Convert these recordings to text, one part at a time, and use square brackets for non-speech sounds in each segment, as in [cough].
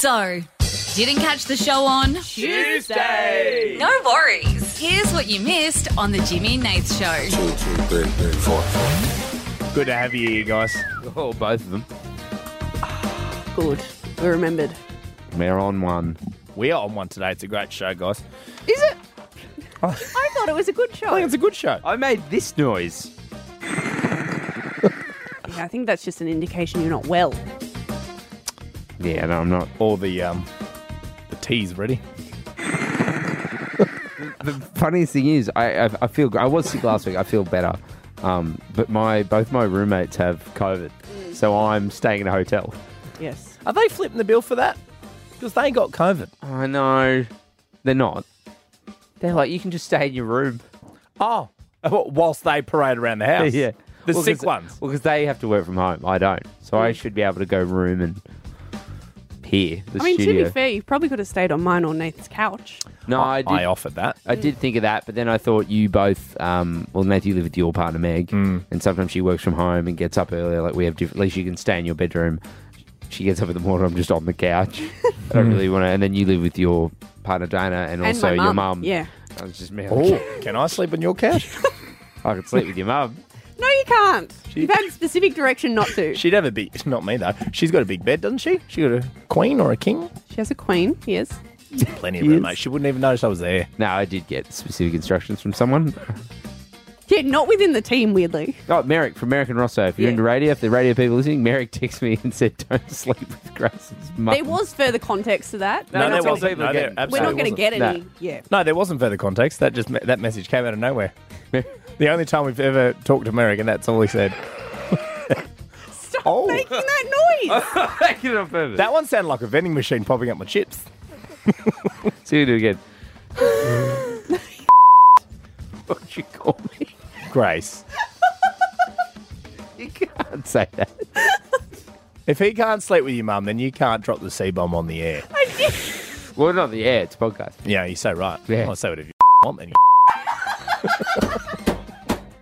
So, didn't catch the show on? Tuesday. No worries. Here's what you missed on the Jimmy and Nath show. Two, two, three, three, four, four. Good to have you here, guys. Oh, both of them. Good. We remembered. We're on one. We are on one today. It's a great show, guys. Is it? I thought it was a good show. I think it's a good show. I made this noise. Yeah, I think that's just an indication you're not well. Yeah, no, I'm not. All the um, the tea's ready. The funniest thing is, I, I, I feel I was sick last week. I feel better, um, but my both my roommates have COVID, so I'm staying in a hotel. Yes. Are they flipping the bill for that? Because they got COVID. I know, they're not. They're like, you can just stay in your [laughs] room. Oh, [laughs] whilst they parade around the [laughs] house. the Well, sick 'cause- ones. Well, because they have to work from home. I don't, so I should be able to go room and here the I mean, studio. to be fair, you probably could have stayed on mine or Nathan's couch. no, I, did. I offered that. I did think of that, but then I thought you both, um, well, Nath, you live with your partner Meg, Mm. and sometimes she works from home and gets up earlier. Like we have, different, at least you can stay in your bedroom. She gets up in the morning. I'm just on the [laughs] couch. I don't really want to. And then you live with your partner Dana, and, And also my mum. your mum. Yeah. I was just me. Oh, can I sleep on your [laughs] couch? Oh. [laughs] I could sleep with your mum. No, you can't. You've had specific direction not to. She, She'd have a big. Not me though. She's got a big bed, doesn't she? She got a queen or a king? has a queen, yes. Plenty of room, mate. She wouldn't even notice I was there. No, I did get specific instructions from someone. Yeah, not within the team, weirdly. Oh, Merrick from Merrick and Rosso. If you're Yeah. into radio, if the radio people listening, Merrick texted me and said, "Don't [laughs] sleep with Grace's mum." There was further context to that. Uh, No, there that's what wasn't. people No, are there getting. We're absolutely not going to wasn't. get No. any. [laughs] Yeah. No, there wasn't further context. That just that message came out of nowhere. the only time we've ever talked to Merrick, and that's all he said. Stop Oh. making that [laughs] noise. Get it on purpose. That one sounded like a vending machine popping up my chips. See you do it [laughs] again. What'd you call me? [laughs] Grace, You can't say that. if he can't sleep with your mum, then you can't drop the C bomb on the air. I did. Well, not the air. It's podcast. Yeah, you're so right. Yeah. I'll say whatever you want. Then.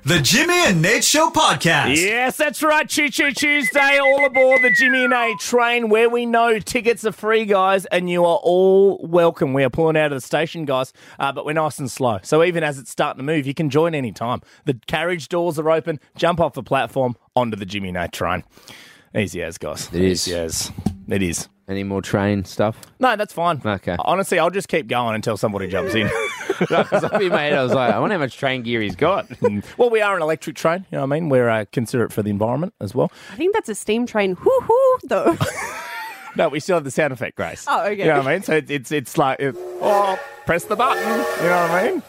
The Jimmy and Nate Show Podcast. Yes, that's right. Choo Choo Tuesday, all aboard the Jimmy and A train where we know tickets are free, guys, and you are all welcome. We are pulling out of the station, guys, uh, but we're nice and slow. So even as it's starting to move, you can join any time. The carriage doors are open. Jump off the platform onto the Jimmy and A train. Easy as, guys. It is. Easy as. It is. Any more train [laughs] stuff? No, that's fine. Okay. Honestly, I'll just keep going until somebody [laughs] jumps in. Because up in my head, I was like, I wonder how much train gear he's got. [laughs] well, we are an electric train. You know what I mean? We're uh, considerate for the environment as well. I think that's a steam train. Hoo hoo, though. [laughs] No, we still have the sound effect, Grace. Oh, okay. You know what I mean? So it, it's it's like, it, oh, press the button. You know what I mean?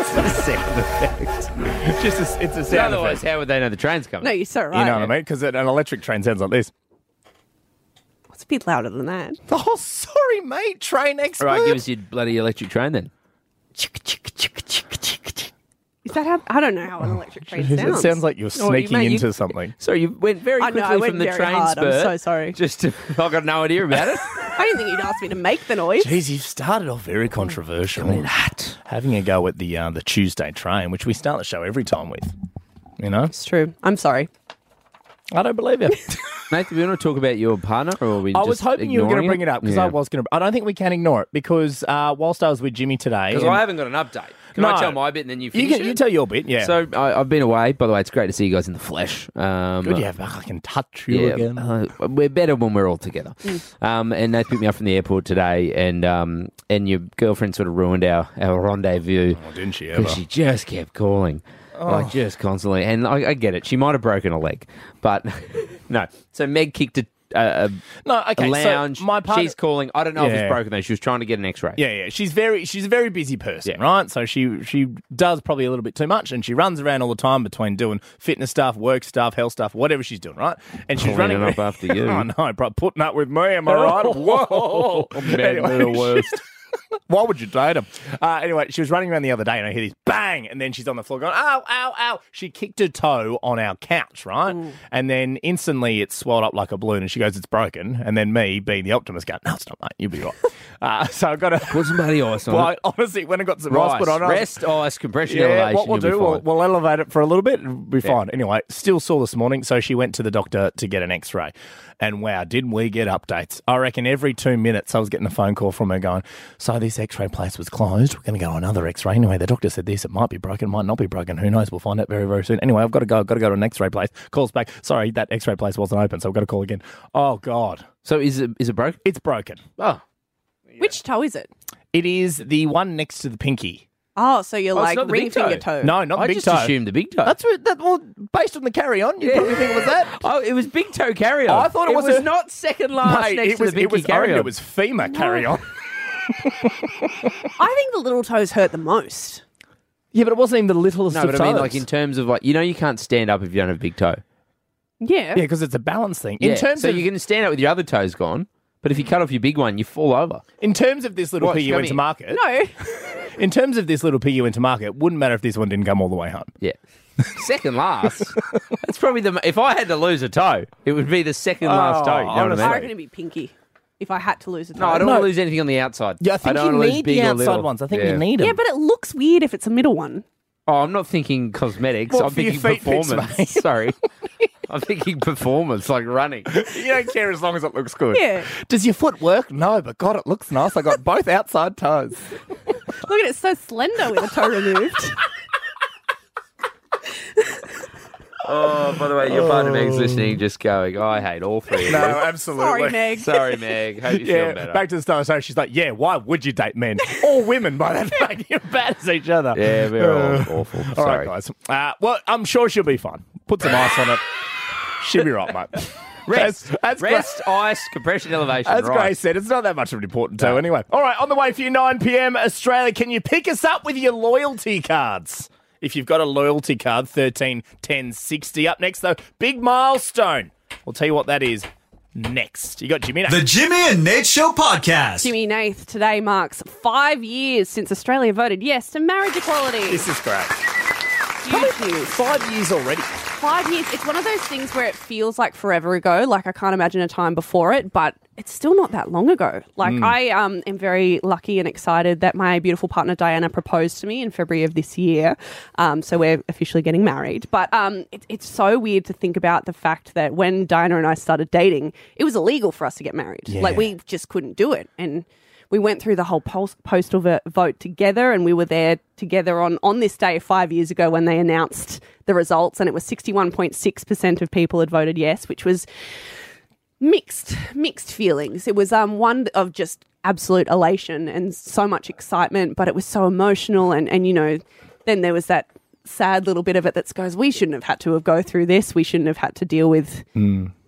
It's not a sound effect. Just a, it's a sound Otherwise, effect. how would they know the train's coming? no, you're so right. You know what I mean? Because an electric train sounds like this. It's a bit louder than that. Oh, sorry, mate. Train expert. All right, give us your bloody electric train then. Is that how? I don't know how an electric train it sounds. sounds like you're Oh, you- sneaking mate, you- into something. So you went very I know, quickly I went from the very train hard. I'm spurt. so sorry. Just to, [laughs] I got no idea about [laughs] it. I didn't think you'd ask me to make the noise. Jeez, you've started off very controversial. Having a go at the uh, the Tuesday train, which we start the show every time with. You know, It's true. I'm sorry. I don't believe [laughs] you. Nathan, we want to talk about your partner, or are we I was hoping you were going to bring it up because I was going to. I don't think we can ignore it because uh, whilst I was with Jimmy today, Because and- I haven't got an update. Can No. I tell my bit and then you you, finish can, you it? tell your bit. Yeah. So I, I've been away. By the way, it's great to see you guys in the flesh. Um, Good, yeah, I can touch you yeah, again. uh, we're better when we're all together. Um, and they picked me up from the airport today, and um, and your girlfriend sort of ruined our, our rendezvous. Oh, didn't she Because she just kept calling. Oh. Like, just constantly. And I, I get it. She might have broken a leg, but [laughs] no. So Meg kicked a, a, No, a okay. lounge. So my partner, She's calling. I don't know if Yeah. it's broken, though. She was trying to get an x ray. yeah, yeah. She's very, she's a very busy person, Yeah. right? So she, she does probably a little bit too much, and she runs around all the time between doing fitness stuff, work stuff, health stuff, whatever she's doing, right? And she's Cleaning running up [laughs] after you. [laughs] [laughs] oh no, bro, putting up with me, am I right? Whoa, Men are the [laughs] Anyway, worst. [laughs] Why would you date him? Uh, anyway, she was running around the other day and I hear this bang, and then she's on the floor going, ow, ow, ow. She kicked her toe on our couch, right? And then instantly it swelled up like a balloon and she goes, it's broken. And then me, being the optimist, go, no, it's not, mate. You'll be right. [laughs] uh, so I got Put a. some bloody ice on Well, it. I- honestly, when I got some rice Rice, put on, I was- rest, ice, compression yeah, elevation. what we'll you'll be do, we'll, fine. we'll elevate it for a little bit and be fine. Anyway, still sore this morning, so she went to the doctor to get an x ray. And wow, did we get updates? I reckon every two minutes I was getting a phone call from her going, So this x ray place was closed. We're going to go on another x ray. Anyway, the doctor said this, it might be broken, might not be broken. Who knows? We'll find out very, very soon. Anyway, I've got to go. I've got to go to an x ray place. Calls back. Sorry, that x ray place wasn't open, so I've got to call again. Oh, God. so is it is it broken? It's broken. Oh, Which toe is it? It is the one next to the pinky. Oh, so you're it's like not the big ring finger toe. toe. No, not the I big just toe. assumed the big toe. That's what, that, well, based on the carry on, you probably think it was [laughs] that. oh, it was big toe carry I thought it was a- not second last Mate, next it to was, the pinky it was, I carry reckon on. it was FEMA [laughs] carry on. I think the little toes hurt the most. yeah, but it wasn't even the littlest no, of but I mean, toes. like in terms of like you know, you can't stand up if you don't have a big toe. Yeah. yeah, because it's a balance thing. Yeah, In terms so of you can stand up with your other toes gone, but if you cut off your big one, you fall over. in terms of this little Watch, piggy you come went to here. market. [laughs] No. In terms of this little piggy you went to market, it wouldn't matter if this one didn't come all the way home. Yeah. [laughs] second last. That's probably the. If I had to lose a toe, it would be the Oh, second last toe. You know what I mean? I reckon it'd be pinky if I had to lose a toe. No, I don't No. want to lose anything on the outside. don't wanna lose big or little. Yeah. need Yeah, but it looks weird if it's a middle one. Oh, I'm not thinking cosmetics. Well, I'm for your thinking feet pics, performance. [laughs] mate. Sorry. I'm thinking performance, like running. you don't care as long as it looks good. Yeah. Does your foot work? No, but God, it looks nice. I got both outside toes. Look at it, it's so slender with the [laughs] toe removed. Oh, by the way, your partner Meg's listening, just going, "Oh, I hate all three. No, absolutely. Sorry, Meg. Sorry, Meg. Hope you feel Yeah, better. back to the start of the show. She's like, "Yeah, why would you date men or women by that fact? [laughs] You're bad as each other." yeah, we're Uh, all awful. All Sorry. right, guys. Uh, well, I'm sure she'll be fine. Put some ice on it. She'll be right, [laughs] mate. Rest, As- as Gra- rest, ice, compression, elevation. As right. Grace said, it's not that much of an important toe anyway. All right, on the way for you, 9 p.m. Australia. Can you pick us up with your loyalty cards? If you've got a loyalty card, 13, 10, 60. Up next, though, big milestone. We'll tell you what that is next. You got Jimmy. The Jimmy and Nate Show Podcast. Jimmy Nath today marks five years since Australia voted yes to marriage equality. This is great. Huge news. Five years already. Five years. It's one of those things where it feels like forever ago. Like I can't imagine a time before it, but it's still not that long ago. Like I um, am very lucky and excited that my beautiful partner Diana proposed to me in February of this year. Um, so we're officially getting married. But um, it, it's so weird to think about the fact that when Diana and I started dating, it was illegal for us to get married. Like we just couldn't do it, and we went through the whole pos- postal vo- vote together and we were there together on, on this day five years ago when they announced the results and it was 61.6% of people had voted yes which was mixed mixed feelings it was um, one of just absolute elation and so much excitement but it was so emotional and, and you know then there was that sad little bit of it that goes we shouldn't have had to have go through this we shouldn't have had to deal with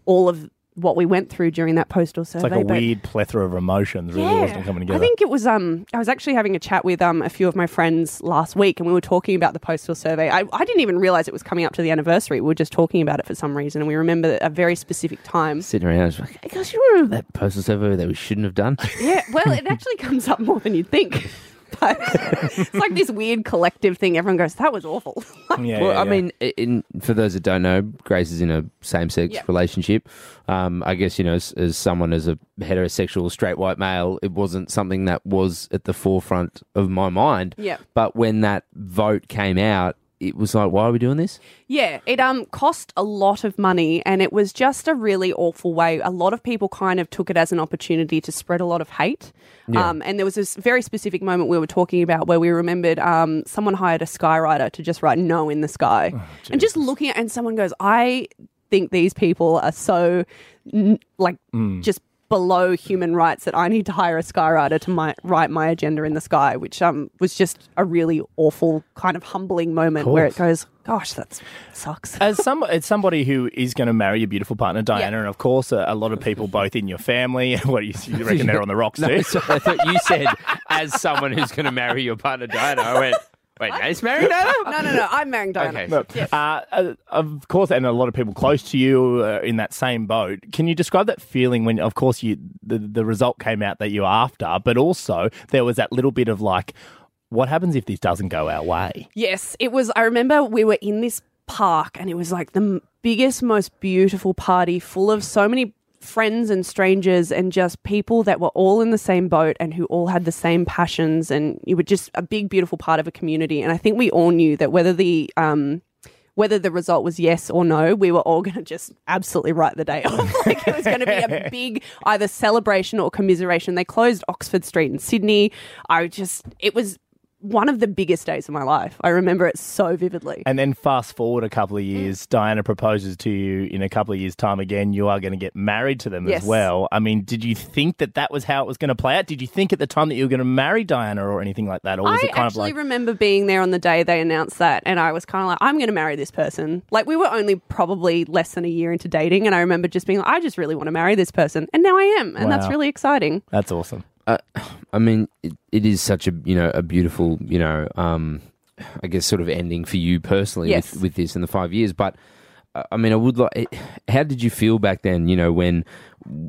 all of what we went through during that postal survey Mm. It's like a but- weird plethora of emotions, really, yeah. wasn't it, coming together? I think it was. Um, I was actually having a chat with um a few of my friends last week, and we were talking about the postal survey. I, I didn't even realize it was coming up to the anniversary. We were just talking about it for some reason, and we remember a very specific time. Sitting around, I was like, hey, guys, you remember that postal survey that we shouldn't have [laughs] done? yeah. Well, it actually comes up more than you'd think. [laughs] But it's like this weird collective thing. Everyone goes, "That was awful." [laughs] Like, Yeah, well, yeah, I yeah. mean, i- in, for those that don't know, Grace is in a same-sex Yeah. relationship. Um, I guess you know, as, as someone as a heterosexual straight white male, it wasn't something that was at the forefront of my mind. Yeah. But when that vote came out, it was like, why are we doing this? Yeah, it um cost a lot of money and it was just a really awful way. A lot of people kind of took it as an opportunity to spread a lot of hate. Um, and there was this very specific moment we were talking about where we remembered um, someone hired a skywriter to just write no in the sky. and just looking at it and someone goes, I think these people are so n- like just below human rights that I need to hire a skywriter to my, write my agenda in the sky, which um, was just a really awful kind of humbling moment where it goes, gosh, that sucks. as some as somebody who is going to marry your beautiful partner Diana, and of course a, a lot of people both in your family. What do you, you [laughs] [laughs] reckon they're on the rocks too? So I thought you said, as someone who's going to marry your partner, Diana. I went, Wait, is Marinata? [laughs] No, no, no. I'm marrying Diana. Okay. No. Uh, uh, of course, and a lot of people close to you uh, in that same boat. Can you describe that feeling when, of course, you the, the result came out that you're after, but also there was that little bit of like, what happens if this doesn't go our way? Yes, it was. I remember we were in this park and it was like the m- biggest, most beautiful party full of so many friends and strangers and just people that were all in the same boat and who all had the same passions. And you were just a big, beautiful part of a community. And I think we all knew that whether the, um, whether the result was yes or no, we were all [laughs] going to just absolutely write the day off. [laughs] like it was going to [laughs] be a big either celebration or commiseration. They closed Oxford Street in Sydney. I just, it was one of the biggest days of my life. I remember it so vividly. And then fast forward a couple of years, Diana proposes to you in a couple of years' time again. You are going to get married to them Yes. as well. I mean, did you think that that was how it was going to play out? Did you think at the time that you were going to marry Diana or anything like that? Or was I it kind of actually like. remember being there on the day they announced that, and I was kind of like, I'm going to marry this person. Like, we were only probably less than a year into dating, and I remember just being like, I just really want to marry this person. And now I am, and that's Wow. really exciting. That's awesome. I mean, it, it is such a you know a beautiful you know um, I guess sort of ending for you personally Yes. with, with this in the five years. But uh, I mean, I would like. It, how did you feel back then? You know, when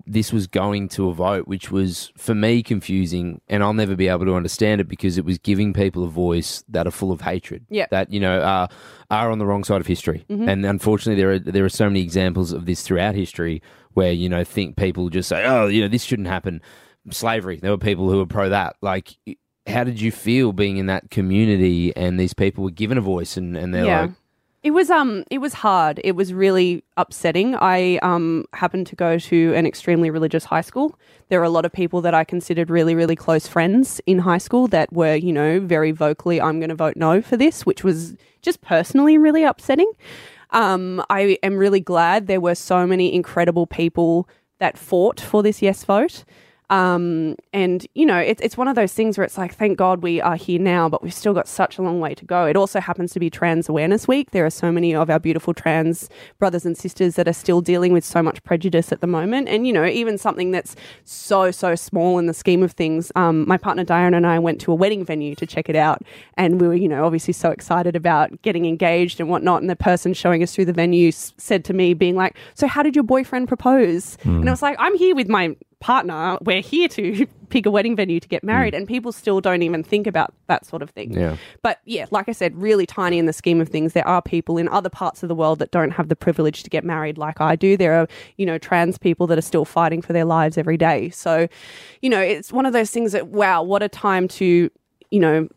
this was going to a vote, which was for me confusing, and I'll never be able to understand it because it was giving people a voice that are full of hatred. Yeah. that you know are are on the wrong side of history, and unfortunately, there are there are so many examples of this throughout history where you know think people just say, oh, you know, this shouldn't happen slavery. There were people who were pro that. Like, how did you feel being in that community and these people were given a voice and, and they're like, It was um it was hard. It was really upsetting. I um happened to go to an extremely religious high school. There were a lot of people that I considered really really close friends in high school that were, you know, very vocally I'm going to vote no for this, which was just personally really upsetting. Um I am really glad there were so many incredible people that fought for this yes vote. Um, and you know, it's it's one of those things where it's like, thank God we are here now, but we've still got such a long way to go. It also happens to be Trans Awareness Week. There are so many of our beautiful trans brothers and sisters that are still dealing with so much prejudice at the moment, and you know, even something that's so so small in the scheme of things. Um, my partner Diana and I went to a wedding venue to check it out, and we were you know obviously so excited about getting engaged and whatnot. And the person showing us through the venue s- said to me, being like, "So how did your boyfriend propose?" And I was like, "I'm here with my." partner, we're here to [laughs] pick a wedding venue to get married, and people still don't even think about that sort of thing. Yeah. But yeah, like I said, really tiny in the scheme of things. There are people in other parts of the world that don't have the privilege to get married like I do. There are, you know, trans people that are still fighting for their lives every day. So, you know, it's one of those things that, wow, what a time to, you know,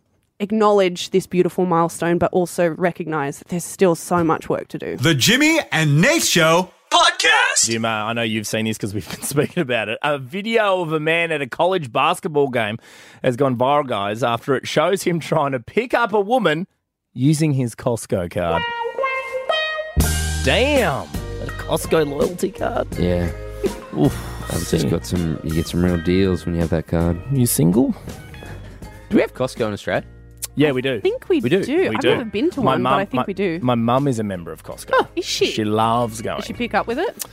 acknowledge this beautiful milestone, but also recognize that there's still so much work to do. The Jimmy and Nate Show Podcast. Jim, uh, I know you've seen this because we've [laughs] been speaking about it. A video of a man at a college basketball game has gone viral, guys, after it shows him trying to pick up a woman using his Costco card. Damn! A Costco loyalty card. yeah. Oof. I've just got some, you get some real deals when you have that card. You single? Do we have Costco in Australia? Yeah, we do. I think we, We do. We I've do. never been to one, but I think my, we do. My mum is a member of Costco. is she? She loves going. Did she pick up with it?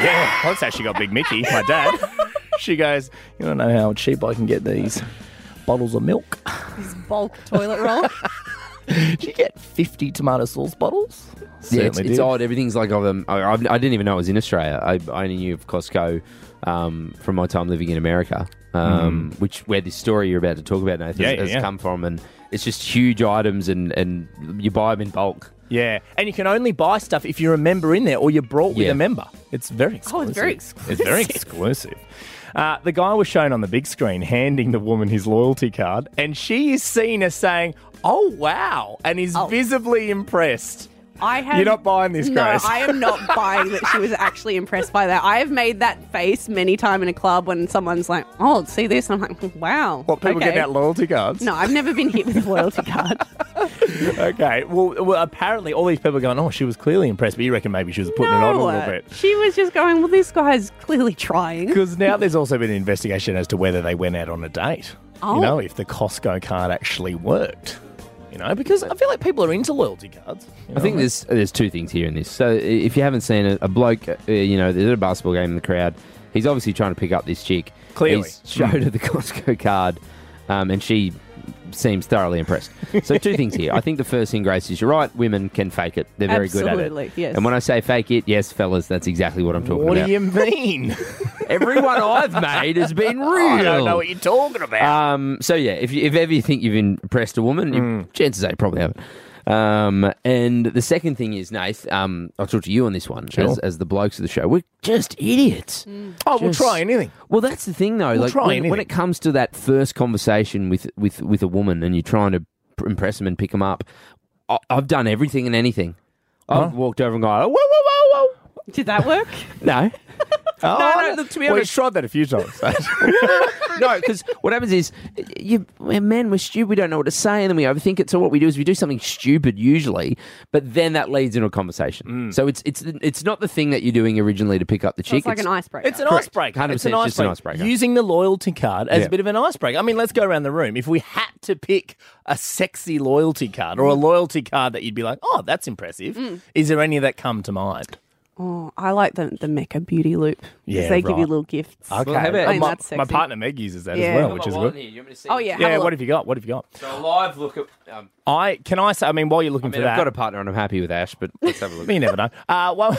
Yeah, that's how she got Big Mickey, my [laughs] dad. she goes, You don't know how cheap I can get these bottles of [laughs] milk. bulk toilet roll. Did you get 50 tomato sauce bottles? Yeah, it's, it's odd. Everything's like of them. I, I've- I didn't even know it was in Australia. I, I only knew of Costco um, from my time living in America, um, which where this story you're about to talk about, Nathan, Mm-hmm. Yeah, has, yeah, has yeah. come from. And it's just huge items, and, and you buy them in bulk. Yeah, and you can only buy stuff if you're a member in there or you're brought with Yeah. a member. It's very Oh, exclusive. it's very It's [laughs] very exclusive. Uh, the guy was shown on the big screen handing the woman his loyalty card, and she is seen as saying, Oh, wow, and is Oh. visibly impressed. I have, You're not buying this, No, Grace. I am not [laughs] buying that she was actually impressed by that. I have made that face many time in a club when someone's like, "Oh, see this," and I'm like, "Wow." What, people okay. getting out loyalty cards? No, I've never been hit with a loyalty card. [laughs] Okay, well, well, apparently all these people are going, Oh, she was clearly impressed, but you reckon maybe she was putting it on a No, little bit. she was just going. Well, this guy's clearly trying. Because now there's also been an investigation as to whether they went out on a date. Oh. You know, if the Costco card actually worked. You know, because I feel like people are into loyalty cards. you I know? think there's there's two things here in this. So i- if you haven't seen it, a bloke, uh, you know, there's a basketball game in the crowd. He's obviously trying to pick up this chick. Clearly. He's showed her the Costco card, um, and she seems thoroughly impressed. So two things here. I think the first thing, Grace, is you're right. Women can fake it. They're very good at Absolutely, it. yes. And when I say fake it, yes, fellas, that's exactly what I'm talking What about. do you mean? [laughs] Everyone I've made has been real. I don't know what you're talking about. Um, so yeah, if, you, if ever you think you've impressed a woman, you, chances are you probably haven't. Um, and the second thing is, Nath, um, I'll talk to you on this one as, as the blokes of the show. We're just idiots. oh, we'll Uh, just- try anything. Well, that's the thing, though. like try when, when anything. it comes to that first conversation with with with a woman, and you're trying to p- impress them and pick them up, I, I've done everything and anything. I've walked over and gone, whoa, whoa, whoa, whoa. Did that work? No, Oh, no, look, to be we honest- tried that a [laughs] few times. no, because what happens is, you we're men, we're stupid, we don't know what to say, and then we overthink it. So what we do is we do something stupid usually, but then that leads into a conversation. So it's it's it's not the thing that you're doing originally to pick up the chick. It's like an icebreaker. [laughs] It's an Correct. icebreaker. 100% It's an it's icebreaker. just an icebreaker. Using the loyalty card as Yeah. a bit of an icebreaker. I mean, let's go around the room. If we had to pick a sexy loyalty card or a loyalty card that you'd be like, oh, that's impressive, is there any that come to mind? Oh, I like the the Mecca beauty loop because Yeah, they give you right. little gifts. how about- I Uh, my, mean, that's my sexy. partner Meg uses that Yeah. as well, which is good. Oh yeah. have Yeah, a what look. have you got? What have you got? So a live look at. Um, I can I say. I mean, while you're I looking mean, for that, I've got a partner and I'm happy with Ash, but let's have a [laughs] look. [laughs] You never know. Uh, [laughs] one,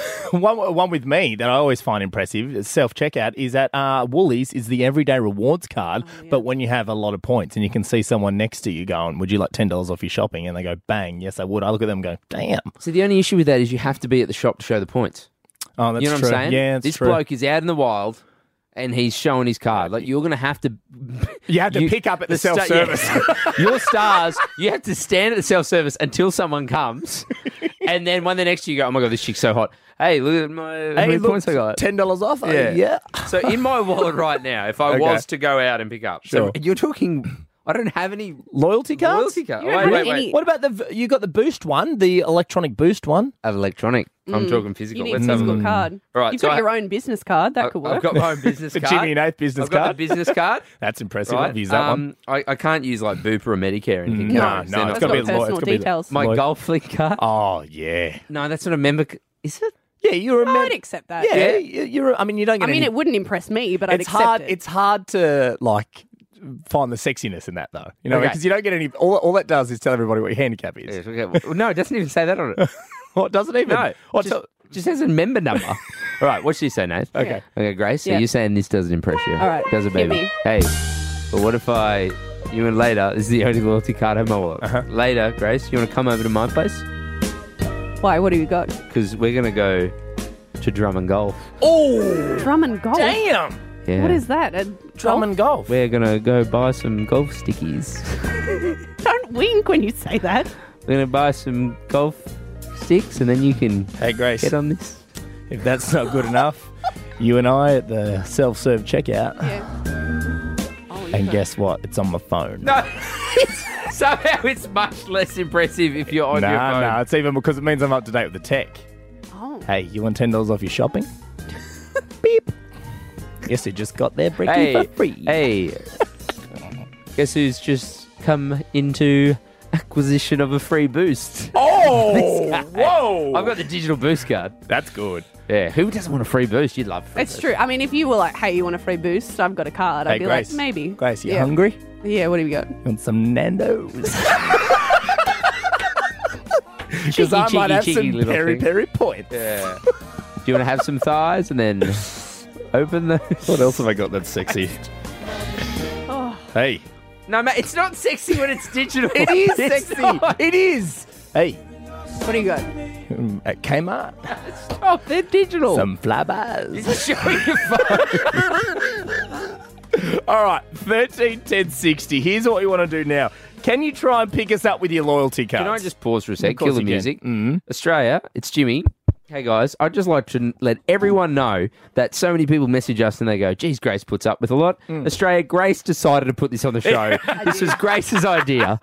one, one with me that I always find impressive, self checkout, is that uh, Woolies is the everyday rewards card. Oh, But when you have a lot of points and you can see someone next to you going, Would you like $10 off your shopping? And they go, Bang, yes, I would. I look at them and go, Damn. So the only issue with that is you have to be at the shop to show the points. Oh, that's you know what true. I'm saying? Yeah, that's this true. bloke is out in the wild, and he's showing his card. Like you're going to have to. you have to [laughs] you- pick up at the, sta- [laughs] self service. [laughs] yeah. Your stars, you have to stand at the self service until someone comes, and then when the next you go, oh my god, this chick's so hot. Hey, look at my how many points I got. $10 off. Yeah. So in my wallet right now, if I [laughs] Okay. was to go out and pick up, Sure. so you're talking. I don't have any Loyalty cards? loyalty card. You don't have any- What about the? You got the boost one, the electronic boost one. Electronic. I'm talking Mm. You physical. need a Let's have a physical look. card. All Mm. right, You've so got I- your own business card. That I- could work. I've got my own business The card. [laughs] Jimmy and Nath business I've got card. the business card. [laughs] That's impressive. right? I've used that one. Mm. um, I, I can't use like Bupa or Medicare or anything. [laughs] No, can I? 'Cause no, they're it's not- got to be That's got loyal. it's personal gotta be- details. my loyal. golf link card. Oh yeah, No, that's not a member. c- Is it? yeah. You're a I would man. accept that. Yeah, you- you're. I mean, you don't. Get I mean, any- it wouldn't impress me, but I'd it's accept hard. it. It's hard to like find the sexiness in that though. You know, Okay. because you don't get any. All, all that does is tell everybody what your handicap is. Yes, okay. Well, No, it doesn't even say that on it. Well, it doesn't [laughs] even. No, Or just, tell- just has a member number. [laughs] All right, what should you say, Nate? Okay. Okay, Grace, so Yeah. you're saying this doesn't impress you. All right, Does it, hit baby? me. Hey, but what if I, you and later, this is the only loyalty card I have in my wallet. Uh-huh. Later, Grace, you want to come over to my place? Why? What have you got? Because we're going to go to drum and golf. oh Drum and golf. damn! Yeah. What is that? A Drum golf? and golf. We're going to go buy some golf stickies. [laughs] Don't wink when you say that. we're going to buy some golf sticks and then you can Hey Grace, get on this. if that's not good enough, you and I at the self-serve checkout. And guess what? It's on my phone. No. [laughs] Somehow it's much less impressive if you're on nah, your phone. nah. It's even because it means I'm up to date with the tech. Oh. Hey, you want ten dollars off your shopping? [laughs] Beep. Yes, it just got there, Bricky, Hey, for free. hey. Guess who's just come into acquisition of a free boost? [laughs] [laughs] Oh, whoa! I've got the digital boost card. That's good. Yeah, who doesn't want a free boost? You'd love a free It's boost. true. I mean, if you were like, "Hey, you want a free boost? I've got a card," I'd Hey, be Grace. like, "Maybe." Grace, you yeah. hungry? Yeah. What have you got? You want some [laughs] Nando's? Because Cheeky, I might cheeky, have cheeky some little peri thing. peri points. Yeah. Do you want to have some thighs and then [laughs] open the? [laughs] What else have I got that's [laughs] sexy? Oh. Hey, No, mate, it's not sexy when it's digital. it is [laughs] It's [laughs] sexy. not. oh, It is. Hey, What do you got? mm, at Kmart, Oh, they're digital. [laughs] some flabas. Show your phone. All right, thirteen ten sixty. Here's what we want to do now. Can you try and pick us up with your loyalty cards? Can I just pause for a Of sec? course Kill the you can. music. Mm-hmm. Australia, it's Jimmy. Hey guys, I'd just like to n- let everyone know that so many people message us and they go, geez, Grace puts up with a lot. Mm. Australia, Grace decided to put this on the show. [laughs] this was Grace's idea.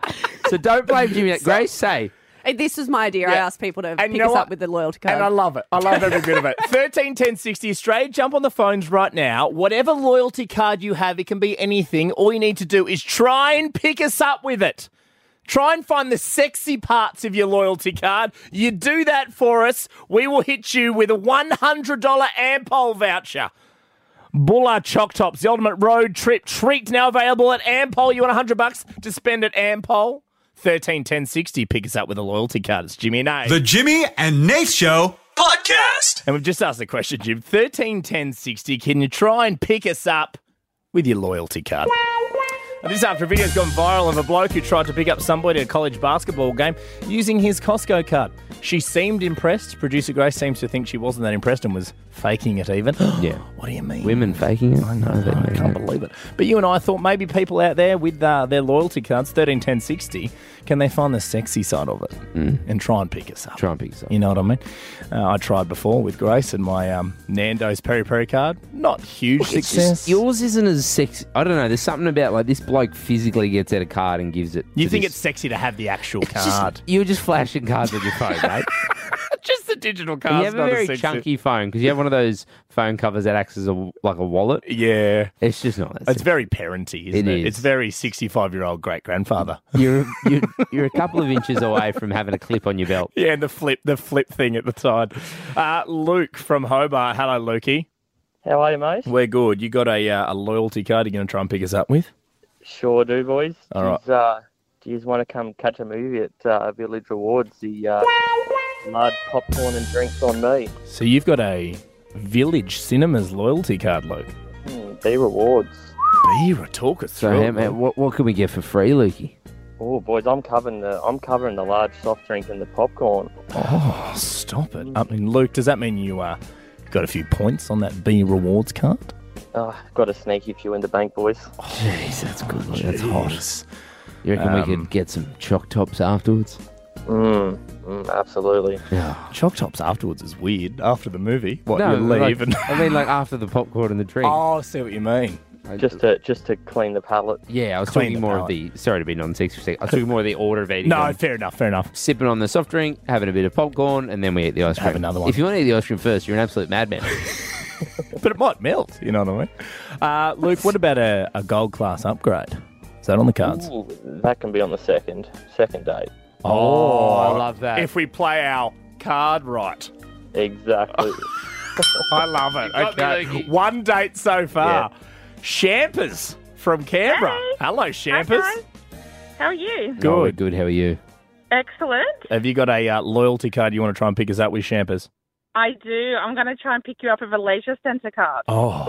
So don't blame Jimmy. Grace, say, Hey, This was my idea. I Yeah. asked people to And pick you know us what? up with the loyalty card. And I love it. I love every bit [laughs] of it. 13 10 60 Australia, jump on the phones right now. Whatever loyalty card you have, it can be anything. All you need to do is try and pick us up with it. Try and find the sexy parts of your loyalty card. You do that for us, we will hit you with a $100 Ampol voucher. Bulla Choc Tops, the ultimate road trip treat, now available at Ampol. You want 100 bucks to spend at Ampol? 13 10 60. Pick us up with a loyalty card. It's Jimmy and A. The Jimmy and Nate Show podcast. and we've just asked the question, Jim. 13 10 60. Can you try and pick us up with your loyalty card? And This after a video's gone viral of a bloke who tried to pick up somebody at a college basketball game using his Costco card. She seemed impressed. Producer Grace seems to think she wasn't that impressed and was faking it even. Yeah. [gasps] What do you mean? Women faking it? I know. They I can't believe it. But you and I thought maybe people out there with uh, their loyalty cards, 13, 10, 60, can they find the sexy side of it and try and pick us up? Hmm. Try and pick us up. You know what I mean? Uh, I tried before with Grace and my um, Nando's Peri Peri card. Not huge It's success. just- yours isn't as sexy. I don't know. There's something about like this bloke physically gets out a card and gives it. you to think this- it's sexy to have the actual It's just- [laughs] card? you're just flashing cards on your [laughs] phone, mate. Just the digital And card. you have a very chunky phone because you have one of those phone covers that acts as a, like a wallet. Yeah. It's just not. That It's sexy. very parenty, It isn't it? is. It's very 65 year old great grandfather. you're, you're you're a couple of inches away from having a clip on your [laughs] belt. [laughs] Yeah, and the flip, the flip thing at the side. Uh, Luke from Hobart. Hello, Lukey. How are you, mate? We're good. You got a, uh, a loyalty card. You're going to try and pick us up with. Sure do, boys. All right. Does, uh, do you want to come catch a movie at uh, Village Rewards? The uh, large popcorn and drinks on me. So you've got a Village Cinemas loyalty card, Luke. Hmm, B rewards. Beera, talk us So, through. how- it, how- Luke. what what can we get for free, Lukey? Oh, boys, I'm covering the I'm covering the large soft drink and the popcorn. Oh, stop it. I mean, Luke, does that mean you uh, got a few points on that B rewards card? Oh, got a sneaky few in the bank, boys. Jeez, that's good. Luke. That's hot. Jeez. You reckon we Um, could get some choc tops afterwards? Mm, mm, [laughs] absolutely. Chalk tops afterwards is weird. After the movie, what you like- leave and. [laughs] I mean, like after the popcorn and the drink. Oh, I see what you mean. Just to just to clean the palate. Yeah, I was Clean talking the more of palate. the. Sorry to be non-sexy. [laughs] I was talking more of the order of eating. No, them. fair enough. Fair enough. sipping on the soft drink, having a bit of popcorn, and then we eat the ice cream. Have another one. If you want to eat the ice cream first, you're an absolute madman. But it might melt. You know what I mean? Uh, Luke, what about a, a gold class upgrade? Is that on the cards? Ooh, that can be on the second second date. oh, I love that. if we play our card right. Exactly. [laughs] I love it. got me, Okay. Lukey. One date so far. Shampers from Canberra. Hello, Shampers. How are you? Oh, we're Good. good. How are you? Excellent. Have you got a uh, loyalty card you want to try and pick us up with, Shampers? I do. I'm going to try and pick you up with a leisure centre card. Oh.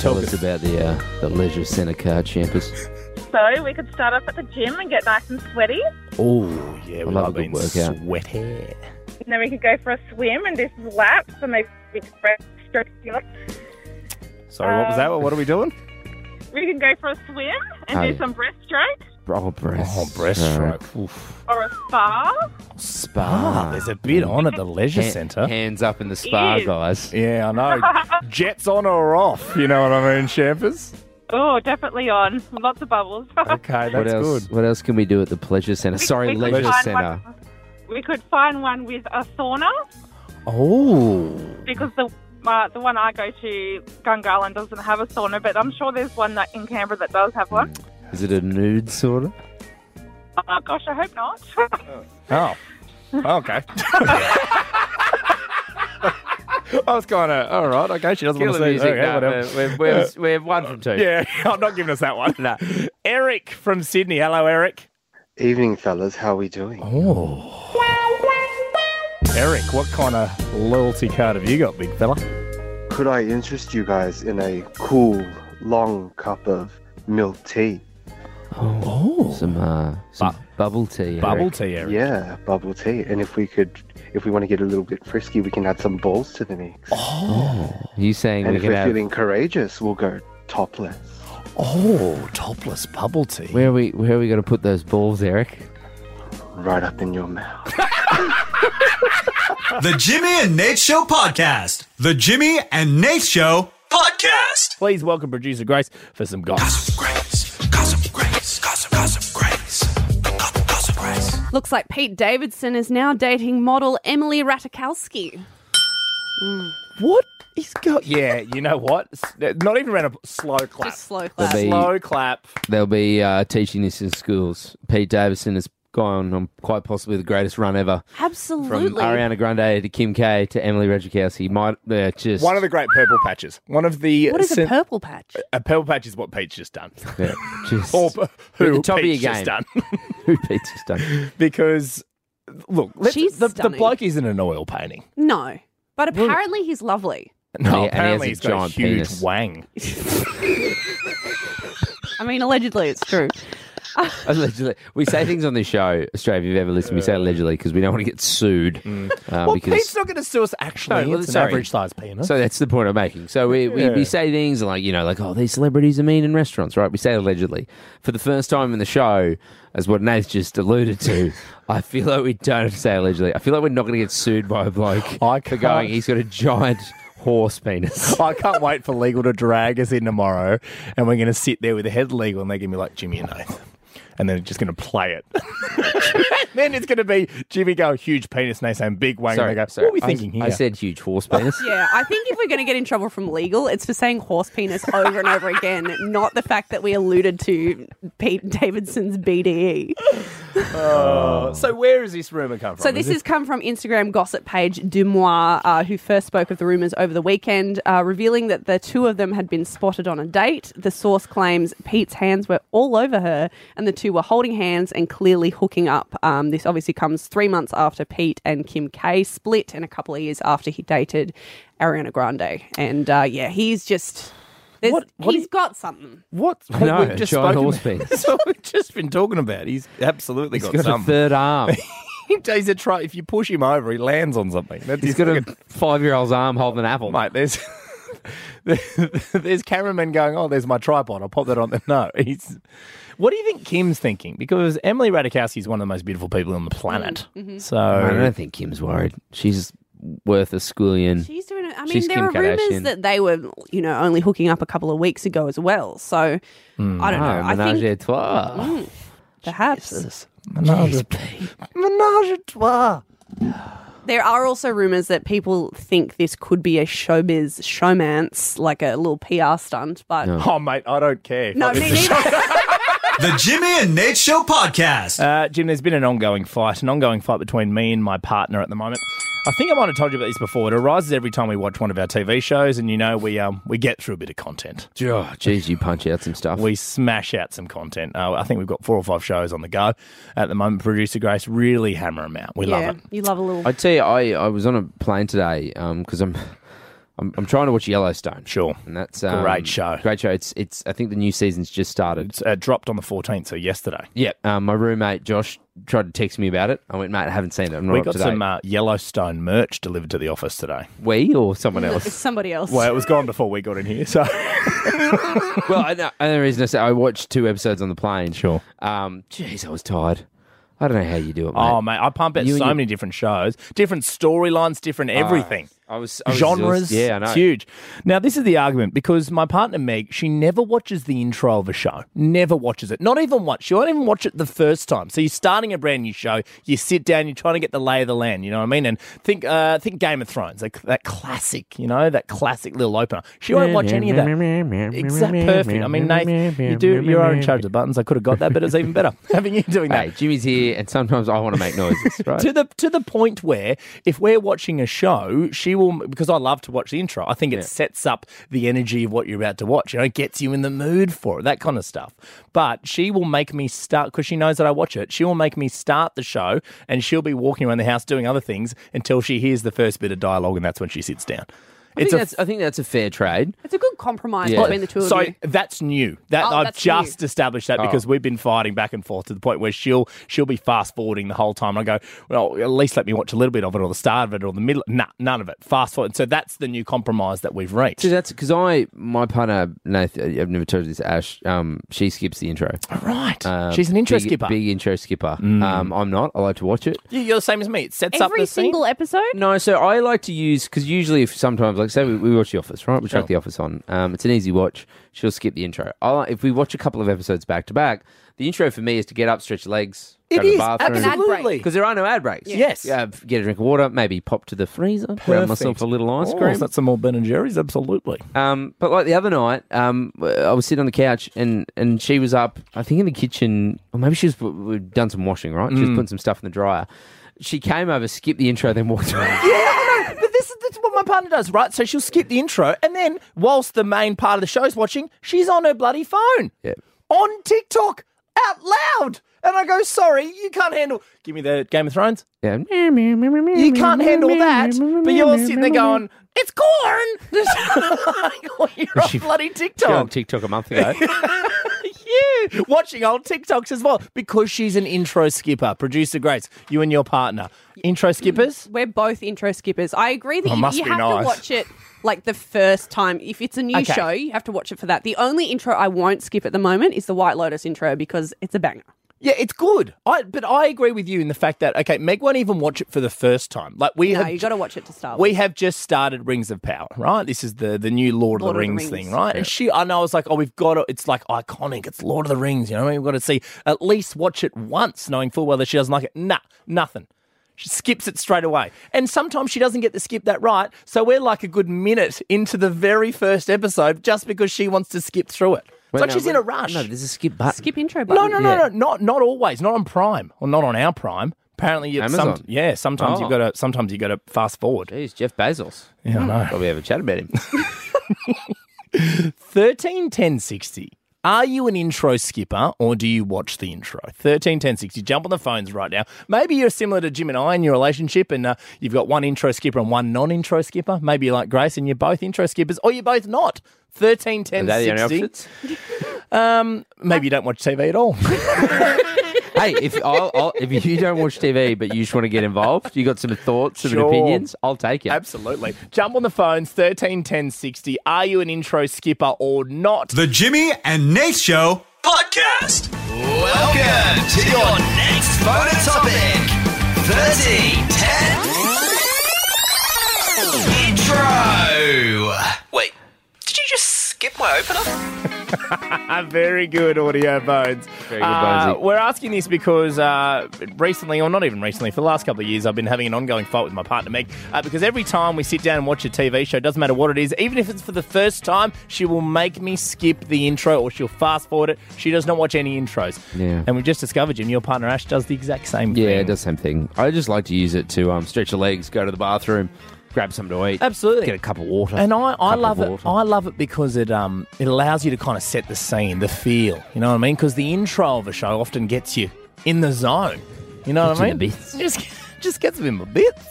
Tell us about the uh, the leisure centre card champers. So we could start off at the gym and get nice and sweaty. Oh, yeah. We love a love good being workout. sweaty. And then we could go for a swim and do some laps and maybe express stretching. Sorry, what was that? What are we doing? We can go for a swim and Oh, yeah. do some breaststroke Oh, breast. Oh, breaststroke. Oof. or a spa. Ah, Uh, Spa. there's a bit on at the leisure Ha- centre. Hands up in the spa, Ew. guys. Yeah, I know. Jets on or off? You know what I mean, Shampers? Oh, definitely on. Lots of bubbles. [laughs] Okay, that's what else? good. What else can we do at the pleasure centre? Sorry, could leisure find centre. one- we could find one with a sauna Oh. because the uh, the one I go to, Gunga Island, doesn't have a sauna, but I'm sure there's one that in Canberra that does have one. Is it a nude sort of? Oh gosh, I hope not. [laughs] Oh. [laughs] Okay. I was kind of, all right, okay, she doesn't want to Killer see music. okay, no, whatever. we're, we're, [laughs] we're one from two. Yeah, I'm not giving us that one. Eric from Sydney. Hello, Eric. Evening, fellas. How we doing? Oh. Eric, what kind of loyalty card have you got, big fella? Could I interest you guys in a cool, long cup of milk tea? Oh. Some uh, some bubble tea. Bubble Eric. tea, Eric. Yeah, bubble tea. And if we could, if we want to get a little bit frisky, we can add some balls to the mix. Are you saying and we if can we're have? feeling courageous, we'll go topless. Oh, topless bubble tea. Where are we? Where are we going to put those balls, Eric? Right up in your mouth. The Jimmy and Nate Show podcast. The Jimmy and Nate Show podcast. Please welcome producer Grace for some gossip. Looks like Pete Davidson is now dating model Emily Ratajkowski. What? He's got. Yeah, you know what? S- uh, Not even around a slow clap. Just slow The clap. bee- Slow clap. They'll be uh, teaching this in schools. Pete Davison has gone on quite possibly the greatest run ever. From Absolutely. Ariana Grande to Kim K to Emily Ratajkowski. Might uh, just One of the great purple patches. One of the What is a sin- purple patch? a purple patch is what Pete's just done. [laughs] yeah, just or p- At [laughs] who the top of Pete's your just game. done. [laughs] who Pete's just done. [laughs] because look, let's, She's the, the stunning. bloke isn't an oil painting. No. But apparently he's lovely. No, he- and he has apparently a he's got a giant huge penis. wang. I mean, allegedly it's true. Allegedly, we say things on this show, Australia. If you've ever listened, we say allegedly because we don't want to get sued. Mm. uh, well, because Pete's not going to sue us. Actually, No, well, it's an sorry. average sized penis. So that's the point I'm making. So we, we, Yeah. we say things like, you know, like, oh, these celebrities are mean in restaurants, right? We say allegedly. For the first time in the show, as what Nath just alluded [laughs] to, I feel like we don't have to say allegedly. I feel like we're not going to get sued by a bloke I for can't- going, he's got a giant horse penis. [laughs] I can't wait for legal to drag us in tomorrow, and we're going to sit there with the head legal, and they're going to be like Jimmy and Nath, and then just going to play it. [laughs] And then it's going to be Jimmy go huge penis, Nath saying big wang, Sorry, and they go, sorry. "What are we I- thinking here?" I said huge horse [laughs] penis. [laughs] Yeah, I think if we're going to get in trouble from legal, it's for saying horse penis over and over again, not the fact that we alluded to Pete Davidson's E. BDE. Uh, so where is this rumor come from? So this has come from Instagram gossip page Dumois, uh, who first spoke of the rumors over the weekend, uh, revealing that the two of them had been spotted on a date. The source claims Pete's hands were all over her, and the two were holding hands and clearly hooking up. Um, this obviously comes three months after Pete and Kim K split, and a couple of years after he dated Ariana Grande. And uh, yeah, he's just. there's What- what do he's you- got something. what? No, We've just giant spoken- horse penis. That's [laughs] what we've just been talking about. He's absolutely He's got, got a some. [laughs] third arm. He's a try. If you push him over, he lands on something. That's He's his got a fucking- five year old's arm holding an apple. mate. There's there's [laughs] cameramen going. Oh, there's my tripod. I'll pop that on. [laughs] the No, he's. What do you think Kim's thinking? Because Emily Ratajkowski is one of the most beautiful people on the planet. Mm, mm-hmm. I So don't think Kim's worried. She's worth a squillion. She's doing it. I mean, She's there Kim were rumors Kardashian. that they were, you know, only hooking up a couple of weeks ago as well. So I don't know. Ah, I menage think Mm. a trois. perhaps menage a- menage a trois. there are also rumors that people think this could be a showbiz showmance, like a little PR stunt. But [laughs] no, Oh, mate, I don't care. me neither. The Jimmy and Nate Show podcast. Uh, Jim, there's been an ongoing fight, an ongoing fight between me and my partner at the moment. I think I might have told you about this before. It arises every time we watch one of our TV shows, and you know we um we get through a bit of content. Oh, geez, you punch out some stuff. We smash out some content. Uh, I think we've got four or five shows on the go at the moment. Producer Grace really hammer them out. We yeah, love it. you love a little. I tell you, I, I was on a plane today because I'm, I'm I'm trying to watch Yellowstone. Sure. and that's um, Great show. Great show. It's it's I think the new season's just started. It's, uh, dropped on the 14th, so yesterday. Yeah, um, my roommate Josh tried to text me about it. I went, mate, I haven't seen it. I'm not We up got to some date." uh, Yellowstone merch delivered to the office today. we or someone [laughs] It's else. somebody else. Well, it was gone before we got in here, so well, I know, and the reason I say I watched two episodes on the plane. [laughs] Sure. Um, jeez, I was tired. I don't know how you do it, mate. oh mate, I pump out You so and your- many different shows, different storylines, different everything. I was I was genres. exhausted. Yeah, I know. It's huge. Now, this is the argument because my partner Meg, she never watches the intro of a show. Never watches it. Not even once. She won't even watch it the first time. So you're starting a brand new show. You sit down. You're trying to get the lay of the land. You know what I mean? And think, uh, think Game of Thrones, like that classic. You know that classic little opener. She won't watch any of that. Exactly perfect. I mean, Nate, you do. You are in charge of the buttons. I could have got that, but it's even better [laughs] having you doing that Hey, Jimmy's here, and sometimes I want [laughs] to make noises. Right? to the to the point where if we're watching a show, she will because I love to watch the intro. I think it sets up the energy of what you're about to watch. You know, it gets you in the mood for it, that kind of stuff. But she will make me start because she knows that I watch it. She will make me start the show, and she'll be walking around the house doing other things until she hears the first bit of dialogue, and that's when she sits down. I think, a that's, I think that's a fair trade. it's a good compromise Yeah. between the two of so you. that's new. That Oh, I've that's just established Oh. that because we've been fighting back and forth to the point where she'll she'll be fast forwarding the whole time. I go, well, at least let me watch a little bit of it, or the start of it, or the middle. Nah, none of it. Fast forward. So that's the new compromise that we've reached. So that's because I, my partner, Nathan, I've never told you this, Ash, um, she skips the intro. right. Um, She's an intro big, skipper. Mm. Big intro skipper. Um, I'm not. I like to watch it. You- You're the same as me. It sets up Every the single Scene. episode. No, so I like to use because usually, if sometimes, like like say we, we watch The Office, right? We chuck Sure. The Office on. Um, it's an easy watch. She'll skip the intro. I'll, if we watch a couple of episodes back to back, the intro for me is to get up, stretch your legs, go It to the is bathroom. absolutely. Because there are no ad breaks. Yes. Yeah, get a drink of water, maybe pop to the freezer, grab myself a little ice Oh, cream. that's some more Ben and Jerry's, absolutely. Um, but like the other night, um, I was sitting on the couch and, and she was up, I think in the kitchen, or maybe she was we'd done some washing, right? Mm. She was putting some stuff in the dryer. She came over, skipped the intro, then walked away. [laughs] Yeah, I know. But this is, this is what my partner does, right? So she'll skip the intro, and then whilst the main part of the show's watching, she's on her bloody phone. Yeah. On TikTok, out loud. And I go, sorry, you can't handle. Give me the Game of Thrones. Yeah. You can't handle that. But you're all sitting there going, it's corn. [laughs] like, well, you're on She- bloody She on TikTok. TikTok a month ago. [laughs] Yeah. Watching old TikToks as well because she's an intro skipper. Producer Grace, you and your partner. Intro skippers? We're both intro skippers. I agree that Oh, you, must you be have nice. to watch it like the first time. If it's a new Okay. show, you have to watch it for that. The only intro I won't skip at the moment is the White Lotus intro because it's a banger. Yeah, it's good. I but I agree with you in the fact that okay, Meg won't even watch it for the first time. Like we No, have, you got to watch it to start we with. have just started Rings of Power, right? This is the the new Lord, of the Rings, thing, right? And she and I was like, oh, we've got to, it's like iconic. It's Lord of the Rings, you know. We've got to see at least watch it once, knowing full well that she doesn't like it. Nah, nothing. She skips it straight away. And sometimes she doesn't get to skip that right. So we're like a good minute into the very first episode just because she wants to skip through it. It's Wait, like no, she's in wait. a rush. No, there's a skip button. Skip intro No, button. no, no, Yeah. no, not not always. Not on Prime, or not on our Prime. Apparently, it's some- Amazon. yeah, sometimes you Oh. got to sometimes you got to fast forward. Jeez, Jeff Bezos. Yeah, I know. Probably have a chat [laughs] about him. Thirteen ten sixty. Are you an intro skipper or do you watch the intro? Thirteen ten sixty. Jump on the phones right now. Maybe you're similar to Jim and I in your relationship, and uh, you've got one intro skipper and one non-intro skipper. Maybe you're like Grace, and you're both intro skippers, or you're both not. Thirteen Are ten they the only sixty. options? Maybe you don't watch TV at all. hey, if I'll, I'll, if you don't watch TV but you just want to get involved, you got some thoughts, some Sure. opinions, I'll take it. Absolutely. Jump on the phones, 13 10 60. Are you an intro skipper or not? The Jimmy and Nate Show podcast. Welcome to your next photo topic. 30, 10. Intro. Wait, did you just skip my opener? Ah, very good audio bones. Very good, Uh, Bonesy. we're asking this because uh, recently, or not even recently, for the last couple of years, I've been having an ongoing fight with my partner Meg. Uh, because every time we sit down and watch a TV show, doesn't matter what it is, even if it's for the first time, she will make me skip the intro or she'll fast forward it. She does not watch any intros. Yeah. And we just discovered, Jim, your partner Ash does the exact same Yeah, thing. it does the same thing. I just like to use it to um, stretch your legs, go to the bathroom, grab something to eat, Absolutely. get a cup of water. And I, I cup of love it. water. I love it because it um it allows you to kind of set the scene, the feel. You know what I mean? Because the intro of a show often gets you in the zone. You know what I Gets you the mean? bits. Just [laughs] just gets them in my bits.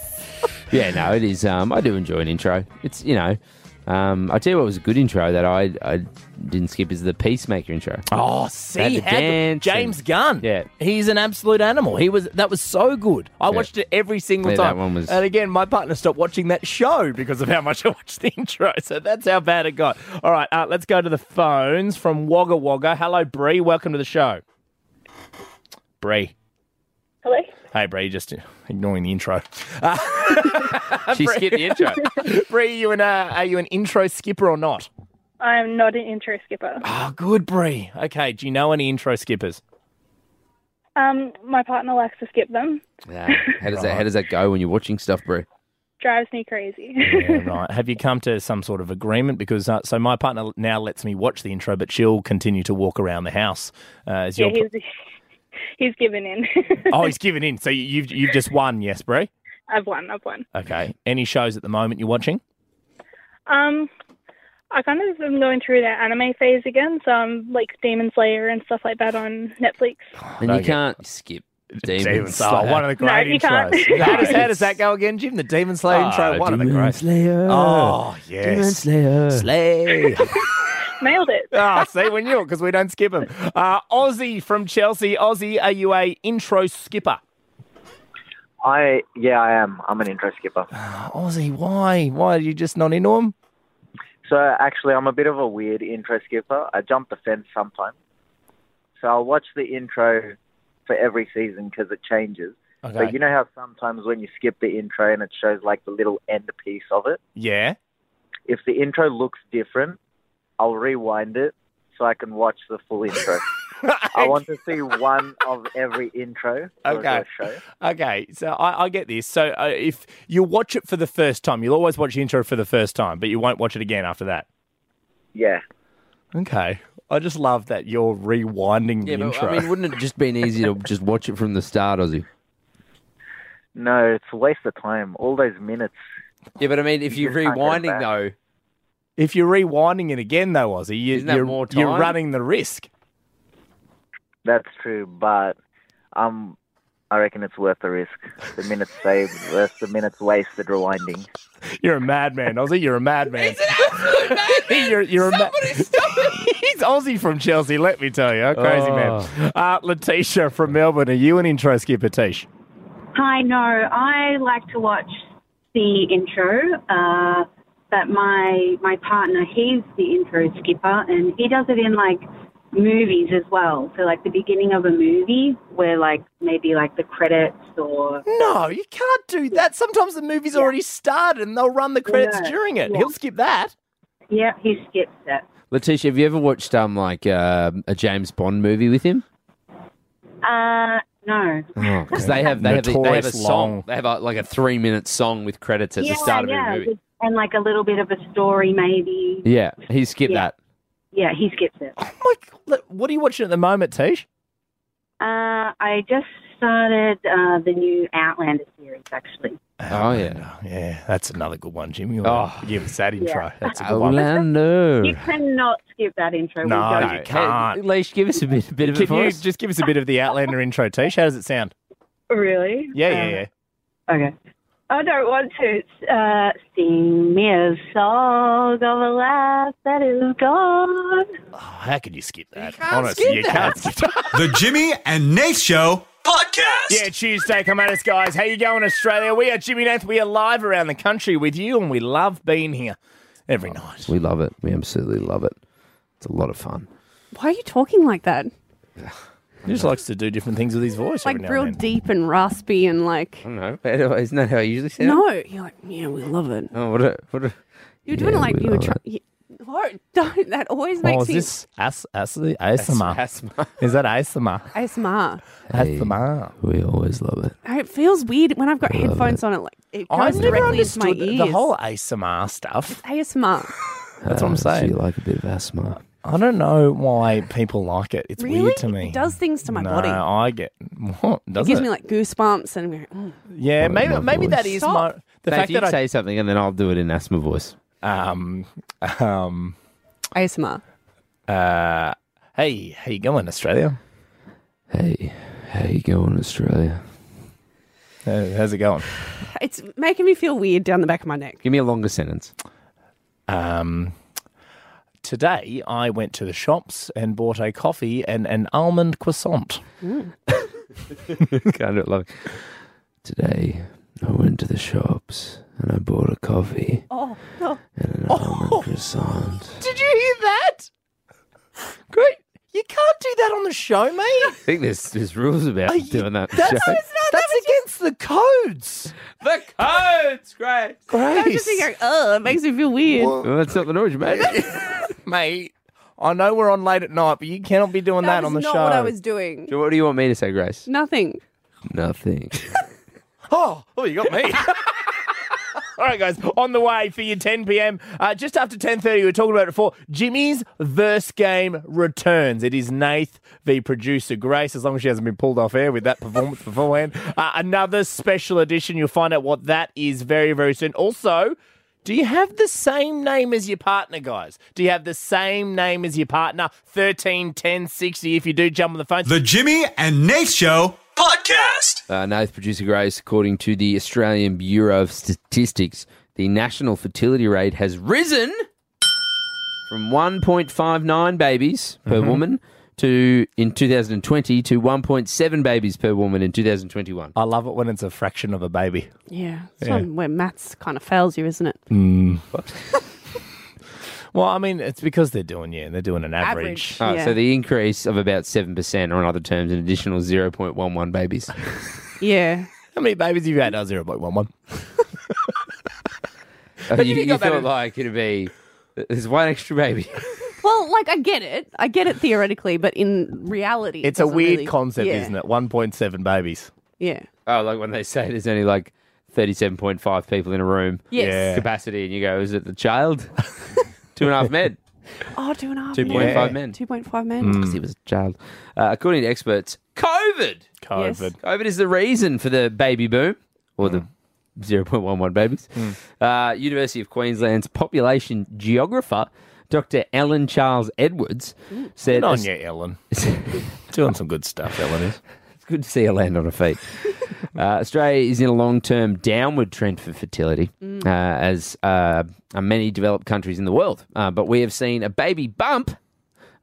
Yeah, no, it is. Um, I do enjoy an intro. It's you know, um, I tell you what was a good intro that I I didn't skip is the Peacemaker intro. Oh, see, Had the how good- dance James and- Gunn. Yeah. he's an absolute animal. He was that was so good. I watched it every single Yeah, that time. one was- And again, my partner stopped watching that show because of how much I watched the [laughs] intro. So that's how bad it got. All right, uh, let's go to the phones from Wagga Wagga. Hello, Bree. Welcome to the show. Bree. Hello? Hey, Bree. Just ignoring the intro. [laughs] she skipped the intro. Bree, you an uh, are you an intro skipper or not? I'm not an intro [gasps] skipper. Oh, good, Bree. Okay, do you know any intro skippers? Um, my partner likes to skip them. Yeah. How does that How does that go when you're watching stuff, bro? Drives me crazy. Yeah, right. Have you come to some sort of agreement? Because uh, so my partner now lets me watch the intro, but she'll continue to walk around the house. Uh, as [laughs] yeah, your he's he's given in. [laughs] oh, he's giving in. So you've you've just won, yes, Bree. I've won. I've won. Okay. Any shows at the moment you're watching? Um, I kind of am going through that anime phase again, so I'm like Demon Slayer and stuff like that on [laughs] Netflix. And Okay. you can't [laughs] skip Demon, Slayer, Slayer. one of the No, great you intros. can't. how, does, [laughs] how does that go again, Jim? The Demon Slayer intro, Oh, one of the Demon great. Slayer. Oh Demon yes, Slayer. Slay. Nailed it. Ah, see, we knew it because we don't skip them. Uh, Aussie from Chelsea. Aussie, are you a intro skipper? I yeah, I am. I'm an intro skipper. [sighs] Aussie, why? Why are you just not into them? So actually, I'm a bit of a weird intro skipper. I jump the fence sometimes. So I'll watch the intro for every season because it changes. Okay. But you know how sometimes when you skip the intro and it shows like the little end piece of it, yeah. If the intro looks different, I'll rewind it so I can watch the full [laughs] intro. I want to see one of every intro for Okay. the show. Okay, so I, I get this. So uh, if you watch it for the first time, you'll always watch the intro for the first time, but you won't watch it again after that. Yeah. Okay, I just love that you're rewinding Yeah, the but intro. I mean, wouldn't it just been easier to just watch it from the start, Ozzy? No, it's a waste of time. All those minutes. Yeah, but I mean, if You you're just can't go rewinding back. though, if you're rewinding it again, though, Ozzy, you, Isn't that you're, more you're time? running the risk. That's true, but um, I reckon it's worth the risk. The minutes saved versus the minutes wasted rewinding. You're a madman, Ozzy. You're a madman. He's an [laughs] absolute madman. you're, you're Somebody a ma- [laughs] He's Aussie from Chelsea, let me tell you. Crazy Oh. man. Uh, Letitia from Melbourne, are you an intro skipper, Tish? Hi, no, I like to watch the intro. Uh, but my my partner, he's the intro skipper, and he does it in like movies as well. So like the beginning of a movie, where like maybe like the credits or No, you can't do that. Sometimes the movie's already started and they'll run the credits Yeah, during it. yeah. He'll skip that. yeah, he skips it. Letitia, have you ever watched um like uh, a James Bond movie with him? Uh, no. Because they have they have, a, they have a Notorious song. long. They have a, like a three minute song with credits at yeah, the start of yeah, every movie. and like a little bit of a story, maybe. Yeah, he skipped Yeah. that. Yeah, he skips it. Look, What are you watching at the moment, Tish? Uh, I just started uh, the new Outlander series, actually. Oh, yeah. Yeah, that's another good one, Jimmy. Oh. Give us that intro. Yeah. [laughs] That's a good one. Outlander. You cannot skip that intro. We No, don't. you can't. Leish, give us a bit, bit of it Can for you us. just give us a bit of the Outlander intro, Tish? How does it sound? Really? Yeah, yeah, yeah. Okay. I don't want to. It's, Uh, sing me a song of a laugh that is gone. Oh, How could you skip that? can't Honestly, skip you that. can't skip that. The Jimmy and Nate Show podcast. Yeah, Tuesday, come at us, guys. How you going, Australia? We are Jimmy Nath. We are live around the country with you, and we love being here every night. We love it. We absolutely love it. It's a lot of fun. Why are you talking like that? He just likes to do different things with his voice Like every now real and then. Mm. deep and raspy and like. I don't know. [laughs] Isn't that how I usually sound? No, you're like yeah, we love it. Oh, what a, what a, You're doing Yeah, it like we you were love trying. No, [laughs] don't. That always Oh, makes is me. this as, as, asthma? [laughs] asthma. Is that asthma? ASMR. Asthma. We always love it. It feels weird when I've got headphones on. It like it I've goes never directly into my understood ears. the whole ASMR stuff. ASMR. That's what I'm saying. Uh, you like a bit of asthma. I don't know why people like it. It's really? weird to me. It does things to my no, body. I get [laughs] what It does it? gives me like goosebumps and I'm like, mm. yeah, maybe my maybe that is Stop. my the Dave, fact you that I say something and then I'll do it in asthma voice. um um ASMR. uh hey how you going Australia? Hey, how you going, Australia? Uh, how's it going? It's making me feel weird down the back of my [laughs] neck. Give me a longer sentence. [laughs] Um, today I went to the shops and bought a coffee and an almond croissant. kind of like today. I went to the shops and I bought a coffee Oh, no. and an almond croissant. Did you hear that? Great. You can't do that on the show, mate. I think there's there's rules about doing that. That's, that's against the codes. the codes, great. I was Grace. just thinking, oh, it makes me feel weird. Well, that's not the noise, mate. mate, I know we're on late at night, but you cannot be doing that, that on the was not show. what I was doing. so what do you want me to say, Grace? Nothing. Nothing. [laughs] Oh, oh, you got me. All right, guys, on the way for you, 10 p.m. Uh, just after 10.30, we were talking about it before. Jimmy's verse game returns. It is Nath v. producer Grace, as long as she hasn't been pulled off air with that performance beforehand. Uh, another special edition. You'll find out what that is very, very soon. Also, do you have the same name as your partner, guys? Do you have the same name as your partner? 13, 10, 60 if you do jump on the phone. The Jimmy and Nate Show podcast. Uh, Nath producer Grace, according to the Australian Bureau of Statistics, the national fertility rate has risen from 1.59 babies per woman to in 2020 to 1.7 babies per woman in 2021. I love it when it's a fraction of a baby. Yeah. It's Yeah. one where maths kind of fails you, [laughs] isn't it? Well, I mean, it's because they're doing yeah, they're doing an average. [laughs] Average. Oh, yeah. So the increase of about 7%, or in other terms, an additional 0.11 [laughs] babies. Uh, yeah. Mm. How many babies have you had? Oh, 0.11. Uh, But you if you you got that thought in- like it'd be there's one extra baby. Well, like I get it, I get it theoretically, but in reality, it It's a doesn't weird really- concept, yeah, isn't it? 1.7 babies. Yeah. Oh, like when they say there's only like 37.5 people in a room Yes. Yeah. capacity, and you go, is it the child? [laughs] Two and a half [laughs] men. Oh, two and a half. 2.5 men. Two point five men. Because he was a child. Uh, according to experts, COVID. COVID. Yes. COVID is the reason for the baby boom or the Hmm. 0.11 babies. Uh, University of Queensland's population geographer, Dr. Ellen Charles Edwards, said. Good on you, Ellen. [laughs] Doing some good stuff, Ellen is. It's good to see her land on her [laughs] feet. uh, Australia is in a long term downward trend for fertility, Mm. uh, as uh, are many developed countries in the world. Uh, but we have seen a baby bump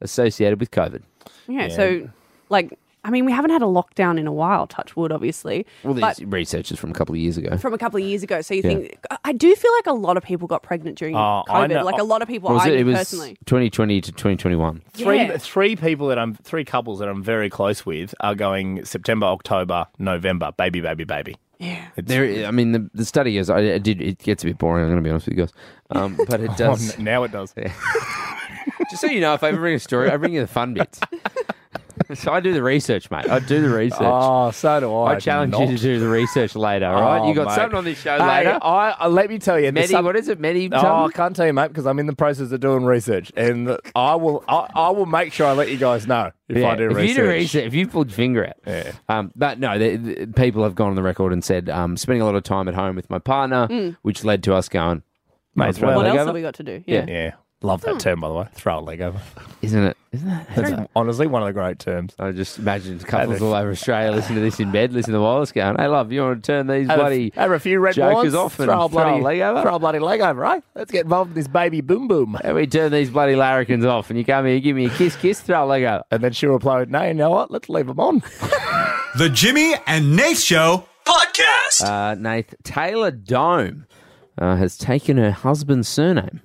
associated with COVID. Yeah, So, like, I mean, we haven't had a lockdown in a while. Touch wood, obviously. Well, but these researchers from a couple of years ago. from a couple of years ago. So you Yeah. think I do feel like a lot of people got pregnant during Oh, I COVID. know. Like a lot of people. What was I it? It was personally. 2020 to 2021. Three Yeah. three people that I'm three couples that I'm very close with are going September, October, November, baby, baby, baby. Yeah. There, I mean, the, the study is. I, I did. It gets a bit boring. I'm going to be honest with you guys, um, but [laughs] Oh, it does. Oh, now it does. Just so you know, if I ever bring a story, I bring you the fun [laughs] bits. so I do the research, mate. I do the research. Oh, so do I. I challenge Not. you to do the research later. All right, Oh, you got mate. something on this show Hey, later. I, I let me tell you, Medi- what is it, Medi? Oh, I something? can't tell you, mate, because I'm in the process of doing research, and I will. I, I will make sure I let you guys know if Yeah, I do if research. you do research, if you pulled your finger out, um, but no, the, the, people have gone on the record and said um, spending a lot of time at home with my partner, Hmm. Mm. which led to us going, Mate, "I'll it's throw a What leg else over." have we got to do? Yeah. Love that term, by the way. Throw a leg over. Isn't it? Isn't that? That's honestly one of the great terms. I just imagine couples all over Australia listen to this in bed, listen to the wireless going, hey, love, you want to turn these Have bloody a, have a few red jokers wines, off and throw a bloody leg over? throw a bloody leg over, right? Let's get involved in this baby boom boom. and we turn these bloody larrikins off and you come here, give me a kiss, kiss, throw a leg over. And then she replied, no, you know what? Let's leave them on. The Jimmy and Nate Show podcast. Uh, Nath, Taylor Dome uh, has taken her husband's surname.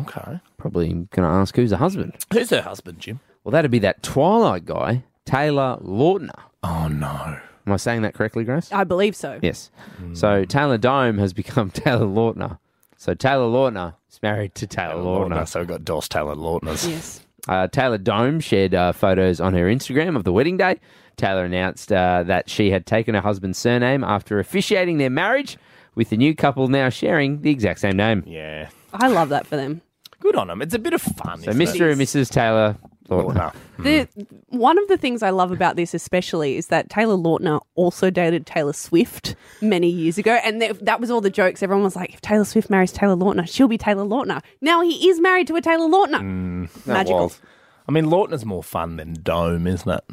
Okay. Probably going to ask who's the husband. Who's her husband, Jim? Well, that'd be that Twilight guy, Taylor Lautner. Oh, no. Am I saying that correctly, Grace? I believe so. Yes. So Taylor Dome has become [laughs] Taylor Lautner. So Taylor Lautner is married to Taylor, Lautner. So we've got Dos Taylor Lautners. Yes. Uh, Taylor Dome shared uh, photos on her Instagram of the wedding day. Taylor announced uh, that she had taken her husband's surname after officiating their marriage, with the new couple now sharing the exact same name. Yeah. I love that for them. Good on them. It's a bit of fun. So isn't it? Mr. and Mrs. Taylor Lautner. The Hmm. one of the things I love about this especially is that Taylor Lautner also dated Taylor Swift many years ago, and that that was all the jokes. Everyone was like, "If Taylor Swift marries Taylor Lautner, she'll be Taylor Lautner." Now he is married to a Taylor Lautner. Hmm. That Magical. was. I mean, Lautner's more fun than Dome, isn't it?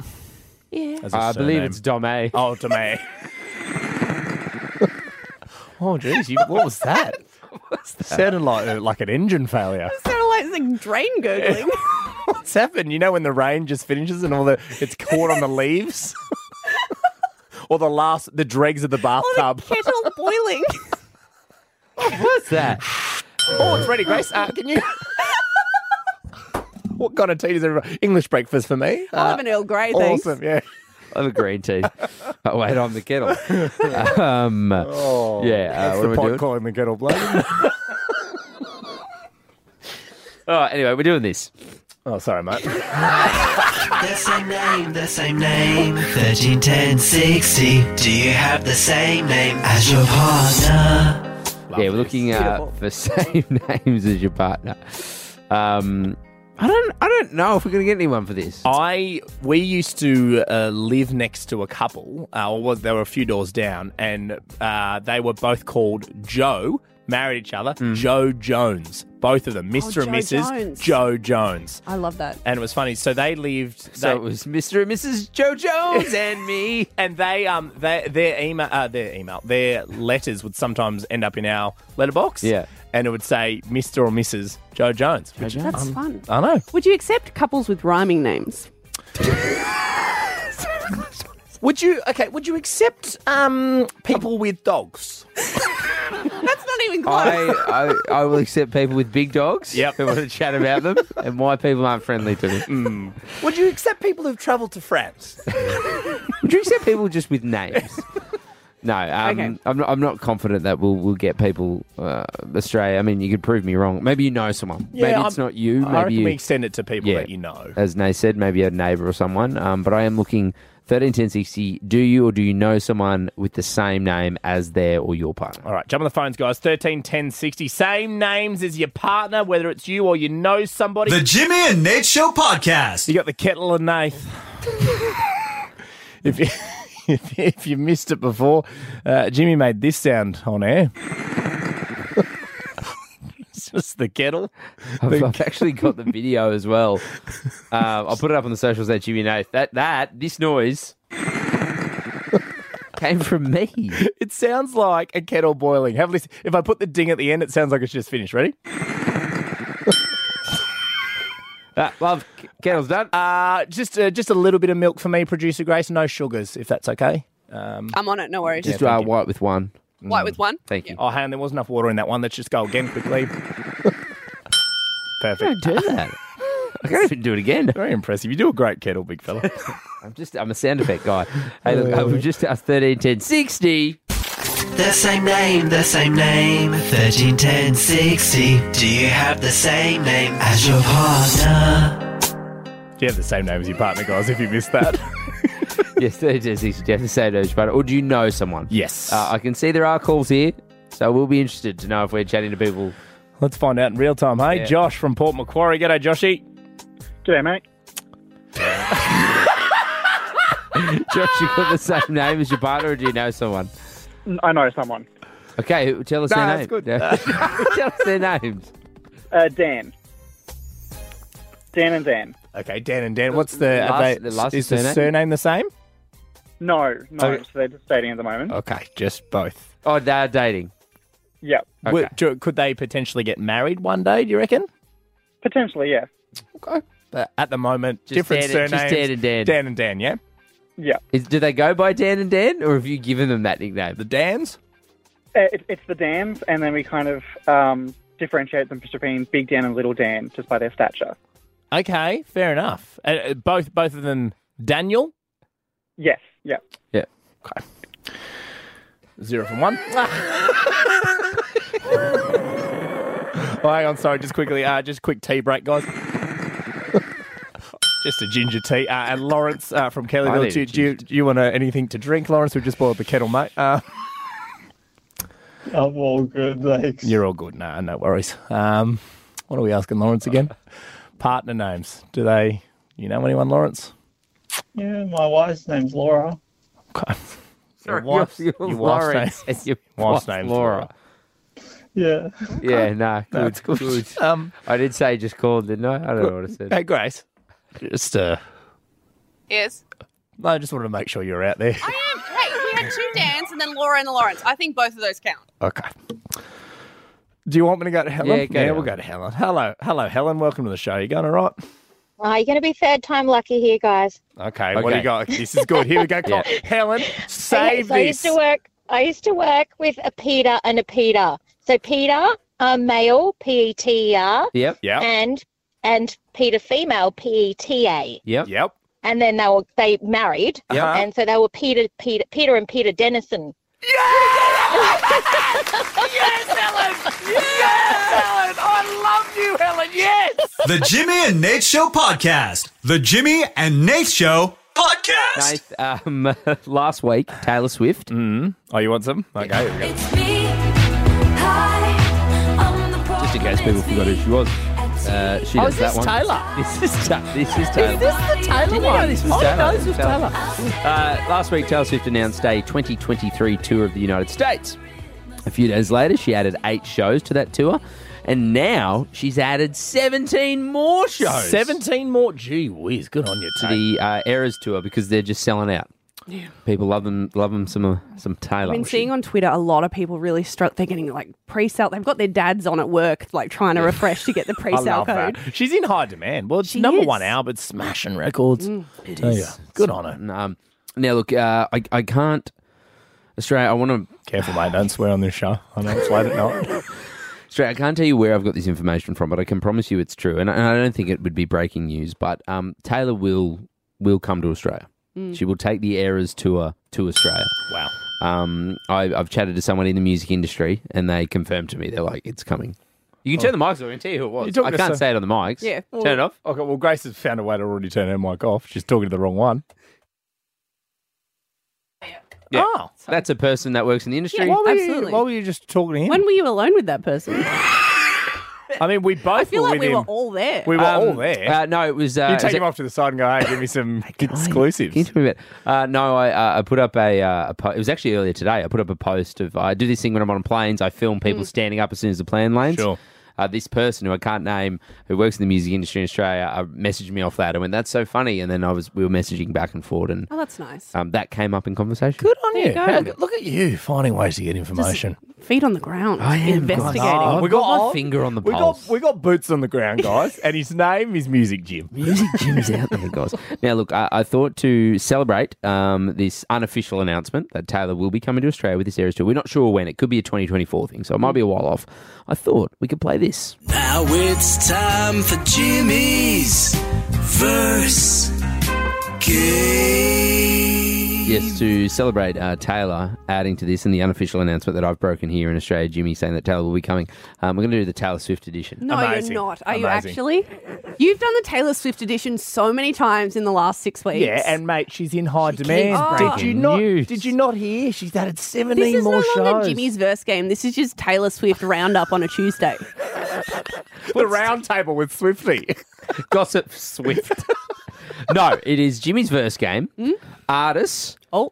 Yeah. As a I believe surname. it's Dome. Oh, [laughs] Dome. oh, jeez. you- What was [laughs] that? Sounded like, uh, like an engine failure. Sounded like something drain [laughs] gurgling. What's happened? You know when the rain just finishes and all the it's caught on the leaves, [laughs] or the last the dregs of the bathtub. Kettle [laughs] boiling. What's that? oh, it's ready, Grace. Uh, can you? [laughs] what kind of tea does everyone? English breakfast for me. I'll have an Earl Grey, thanks. Awesome, yeah. I have a green tea. oh, wait, I'm the kettle. um, yeah, uh, that's what am the I pot doing? calling the kettle black. Oh, anyway, we're doing this. [laughs] Oh, sorry, mate. The same name, the same name. 131060. Do you have the same name as your partner? yeah, we're looking uh, for [laughs] same names as your partner. Um, I don't, I don't know if we're going to get anyone for this. I we used to uh, live next to a couple, uh, or was they were a few doors down, and uh, they were both called Joe, married each other, Hmm. Joe Jones, both of them, Mister and Oh, Joe Mrs. Jones. Joe Jones, I love that. and it was funny. So they lived. So it [laughs] was Mr. and Mrs. Joe Jones and me, and they um they, their email uh, their email their letters would sometimes end up in our letterbox. Yeah. and it would say Mister or Mrs. Joe Jones. Joe Jones. That's fun. I know. Would you accept couples with rhyming names? Would you okay? Would you accept um people with dogs? That's not even Um, close. [laughs] I, I, I will accept people with big dogs. Yep. Who want to chat about them and why people aren't friendly to them. [laughs] Would you accept people who've travelled to France? [laughs] Would you accept people just with names? No, um, Okay. I'm, not, I'm not confident that we'll, we'll get people uh, astray. I mean, you could prove me wrong. Maybe you know someone. Yeah, maybe it's I'm- not you. I Maybe reckon you, we extend it to people that you know. As Nay said, maybe a neighbour or someone. Um, but I am looking 131060. Do you or do you know someone with the same name as their or your partner? All right, jump on the phones, guys. 13 10 60. Same names as your partner, whether it's you or you know somebody. The Jimmy and Nate Show podcast. You got the kettle and Nath. if, you, if, you- if you missed it before, uh, Jimmy made this sound on air. [laughs] it's just the kettle. [laughs] I've, I've actually got the video as [laughs] well. Uh, I'll put it up on the socials at Jimmy Nath. That, that, this [laughs] noise came from me. It sounds like a kettle boiling. Have a listen. If I put the ding at the end, it sounds like it's just finished. Ready? Uh, well, kettle's done. Uh, just uh, just a little bit of milk for me, producer Grace. No sugars, if that's okay. Um, I'm on it. No worries. Just uh, white with one. White with one. Thank you. Oh, hey, and there was enough water in that one. Let's just go again quickly. Perfect. [laughs] Don't do that. I can't even do it again. Very impressive. You do a great kettle, big fella. I'm just I'm a sound effect guy. Hey, look, uh, we've just asked 13, 10, 60. The same name, the same name. 13, 10, 60. Do you have the same name as your partner? Do you have the same name as your partner, guys, if you missed that? yes, 13, 10, 60. Do you have the same age, but or do you know someone? Yes. Uh, I can see there are calls here, so we'll be interested to know if we're chatting to people. Let's find out in real time. Hey, Yeah. Josh from Port Macquarie. G'day, Joshy. G'day, mate. Josh, you got the same name as your partner, or do you know someone? Mm, I know someone. Okay, who- tell us No, their that's name. good. [laughs] tell us their names. Uh, Dan. Dan and Dan. Okay, Dan and Dan. What's the, Last- are they, the last is the surname? surname the same? No, no. Okay. So they're just dating at the moment. Okay, just both. Oh, they're dating. Yeah. Would- do- could they potentially get married one day? Do you reckon? Potentially, yeah. Okay. But at the moment, Just different Dan and- surnames. just Dan and Dan. Dan and Dan. Yeah. Yeah. Is, do they go by Dan and Dan, or have you given them that nickname? The Dans? Uh, It, it's the Dans, and then we kind of um, differentiate them between Big Dan and Little Dan just by their stature. Okay, fair enough. Uh, Uh, both both of them Daniel. Yes. Yeah. Yeah. Okay. Zero from one. Oh, hang on, sorry, just quickly, uh, just quick tea break, guys. [laughs] just a ginger tea. Uh, and Lawrence uh, from I Kellyville, need do, a you- do you, do you want uh, anything to drink, Lawrence? We've just boiled the kettle, mate. Uh, I'm all good, thanks. you're all good. No, no worries. Um, what are we asking Lawrence [laughs] again? Partner names. Do they, you know anyone, Lawrence? Yeah, my wife's name's Laura. Sorry, wife's- your- your your wife's Lawrence name- and [laughs] your [laughs] wife's wife's name's name's Laura. Laura. Yeah. Yeah, no, good, That's good. Um, I did say just called, didn't I? I don't know what I said. Hey, Grace. Just, uh, Yes. no, I just wanted to make sure you're out there. I am. Hey, we had two Dans and then Laura and Lawrence. I think both of those count. Okay. Do you want me to go to Helen? Yeah, go to we'll go to Helen. Hello, hello, Helen. Welcome to the show. You going all right? Oh, you're going to be third time lucky here, guys. Okay, What do you Okay. got? This is good. Here [laughs] we go. Come on. Helen, Okay, save so I used this. to work. I used to work with a Peter and a Peter. So Peter, a male, P E T E R. Yep. Yep. And and Peter, female, P E T A. Yep. Yep. And then they were they married. Yeah. Uh-huh. And so they were Peter, Peter, Peter and Peter Dennison. yes, Helen. Yes, Helen. I love you, Helen. Yes. The Jimmy and Nate Show podcast. The Jimmy and Nate Show podcast. Nath, um, [laughs] last week, Taylor Swift. Mm. Oh, you want some? Okay, here we go. Just in case people forgot who she was. Uh, she Oh, does is that this one. Taylor? This is, Ta- this is Taylor. the Oh, Did you know this was Taylor? this was Taylor. Uh, last week, Taylor Swift announced a 2023 tour of the United States. A few days later, she added eight shows to that tour, and now she's added 17 more shows. 17 more? Gee whiz, good on you, To the uh, Eras tour because they're just selling out. Yeah. People love them, love them some, uh, some Taylor. Oh, I've been seeing on Twitter a lot of people really str- they're getting like pre-sale. They've got their dads on at work, like trying to refresh to get the [laughs] I pre-sale love code. that. She's in high demand. Well, it's number is. one album, smashing records. Mm. It Tell is. ya. Good on her. Um, now, look, uh, I, I can't. Australia, I want to. Careful, mate. Don't swear on this show. I know it's late at night. Australia, I can't tell you where I've got this information from, but I can promise you it's true. And, I- and I don't think it would be breaking news, but um, Taylor will will come to Australia. Mm. She will take the Eras tour to Australia. [laughs] Wow. Um, I, I've chatted to someone in the music industry, and they confirmed to me they're like, "It's coming." You can turn the mics off. I can tell you who it was. I can't say it on the mics. turn it off. Okay, well, Grace has found a way to already turn her mic off. She's talking to the wrong one. Yeah. Oh, that's a person that works in the industry. Yeah, why were you- Absolutely. why were you just talking to him? When were you alone with that [laughs] person? I mean, we both I feel were like with we were him. all there. We were Um, all there. uh, no, it was. Uh, you take is it- him off to the side and go, "Hey, give me some [laughs] exclusives." Can you tell me about? Uh, no, I uh, I put up a, uh, a po- it was actually earlier today. I put up a post of I do this thing when I'm on planes. I film people Mm. standing up as soon as the plane lands. Sure. Uh, this person who I can't name, who works in the music industry in Australia, uh, messaged me off that. I went, "That's so funny," and then I was we were messaging back and forth, and Oh, that's nice. um, that came up in conversation. Good on There you you. go. Look, look at you finding ways to get information. Feet on the ground. investigating. Oh, we got got my oh, finger on the we pulse. Got, we got boots on the ground, guys, and his name is Music Jim. Music Jim's out there, guys. Now, look, I, I thought to celebrate um, this unofficial announcement that Taylor will be coming to Australia with this Eras tour. We're not sure when. It could be a 2024 thing, so it might be a while off. I thought we could play this. Now it's time for Jimmy's verse game. Yes, to celebrate uh, Taylor, adding to this and the unofficial announcement that I've broken here in Australia, Jimmy saying that Taylor will be coming. Um, we're going to do the Taylor Swift edition. No, you're not. Are you actually? You've done the Taylor Swift edition so many times in the last six weeks. Yeah, and mate, she's in high demand. keeps Did breaking you not? Did you not hear? She's added This seventeen is more no longer shows. Jimmy's verse game. This is just Taylor Swift roundup on [laughs] a Tuesday. the round table with [laughs] Swifty. Gossip Swift. [laughs] no, it is Jimmy's verse game. Artists. Oh.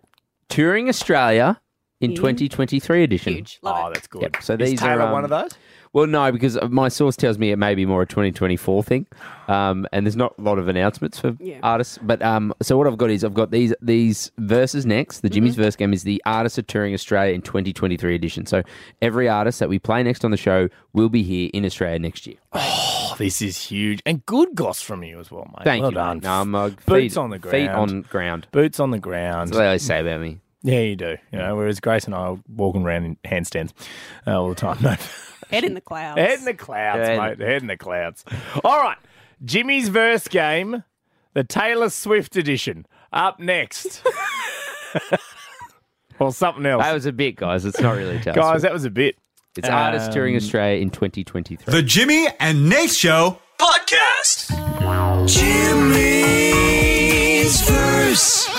Touring Australia in Mm. 2023 edition. oh, that's good. Yep, so Is these Taylor are um, one of those. Well, no, because my source tells me it may be more a 2024 thing, um, and there's not a lot of announcements for artists. But um, so what I've got is I've got these these verses next. The Jimmy's verse game is the artists are touring Australia in 2023 edition. So every artist that we play next on the show will be here in Australia next year. Oh, this is huge and good goss from you as well, mate. Thank well you. Done. mate. No, I'm, uh, Boots feet- on the ground. Feet on ground. Boots on the ground. That's what they always say about me. Yeah, you do. You know, whereas Grace and I are walking around in handstands uh, all the time. [laughs] No. Head in the clouds. Head in the clouds, Yeah, mate. Head in the clouds. All right. Jimmy's verse game, the Taylor Swift edition, up [laughs] next. or something else. That was a bit, guys. It's not really Taylor Guys, Swift. that was a bit. It's artists touring Australia in 2023. The Jimmy and Nate Show podcast. Jimmy's verse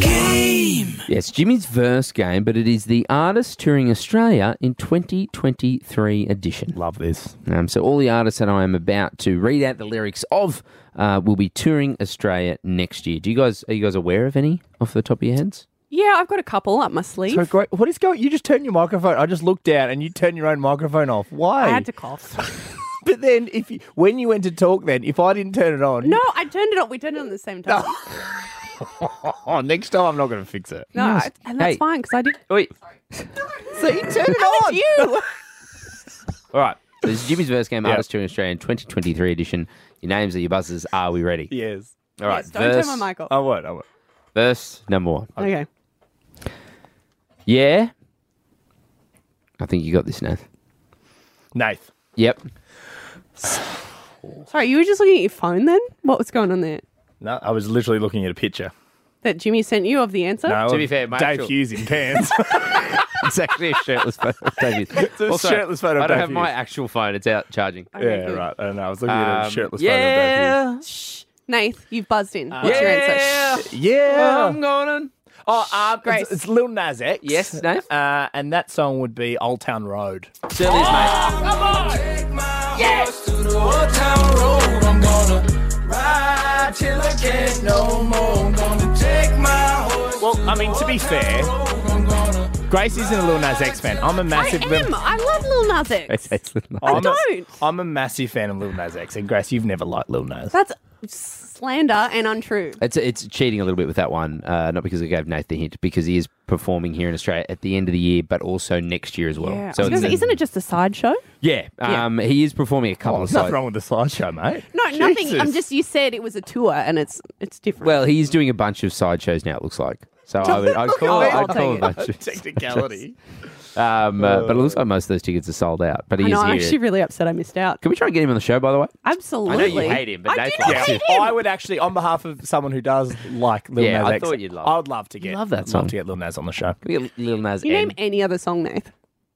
game. Yes, Jimmy's verse game, but it is the artist touring Australia in 2023 edition. Love this. Um, so all the artists that I am about to read out the lyrics of uh, will be touring Australia next year. Do you guys are you guys aware of any off the top of your heads? Yeah, I've got a couple up my sleeve. So great. What is going? You just turned your microphone. I just looked down, and you turned your own microphone off. Why? I had to cough. But then, if you, when you went to talk, then if I didn't turn it on, no, I turned it on. We turned it on at the same time. [laughs] Oh, next time I'm not going to fix it. No, I- and that's Hey. fine because I did. Wait. So you turned it [laughs] How on. did [laughs] you? All right. So this is Jimmy's verse game, Yeah. artist touring Australia in 2023 edition. Your names are your buzzers. Are we ready? Yes. All right. Yes, don't turn verse, my mic off. I won't. I won't. Verse number one. Oh. Okay. Yeah. I think you got this, Nath. Nath. Yep. [laughs] Sorry, you were just looking at your phone then? What was going on there? No, I was literally looking at a picture. That Jimmy sent you of the answer? No, of Dave Hughes in pants. It's actually a shirtless photo. of [laughs] David. It's a shirtless photo of I don't Dave have my Hughes. actual phone. It's out charging. Okay, Yeah, good. right. I know. I was looking at Um, a shirtless photo of Dave yeah. Shh. Nath, you've buzzed in. What's your yeah. answer? Yeah. I'm going on. Oh, um, Grace. It's, it's Lil Nas X. Yes, Nath. Uh, and that song would be Old Town Road. Certainly is, Ah. mate. Come on! Yes! To the old town road, I'm gonna ride till I can't no more. I'm gonna take my horse. Well, I mean, to be fair, Grace isn't a Lil Nas X fan. I'm a massive. I am. I love Lil Nas X. I'm I don't. A, I'm a massive fan of Lil Nas X, and Grace, you've never liked Lil Nas. That's slander and untrue. It's it's cheating a little bit with that one, uh, not because I gave Nate the hint, because he is performing here in Australia at the end of the year, but also next year as well. Yeah. I Oh, So was gonna it's say, a- isn't it just a sideshow? yeah, um, he is performing a couple Oh, of there's nothing sides. wrong with the slideshow, mate. No, nothing. I'm Jesus. just you said it was a tour and it's it's different. Well, he's doing a bunch of sideshows now. It looks like So I [laughs] would I'd call, Look at me. I'd call a I'll take bunch it. of [laughs] [laughs] Technicality. Um, uh, but it looks like most of those tickets are sold out. But he I know, is I'm here. actually really upset I missed out. Can we try and get him on the show? By the way, Absolutely. I know you hate him, but Nathan loves him. I would actually, on behalf of someone who does like Lil Yeah, Nas I X, thought you'd love I would love to get Love that Love song. to get Lil Nas on the show. Can we get Lil Nas You N? name any other song, Nath?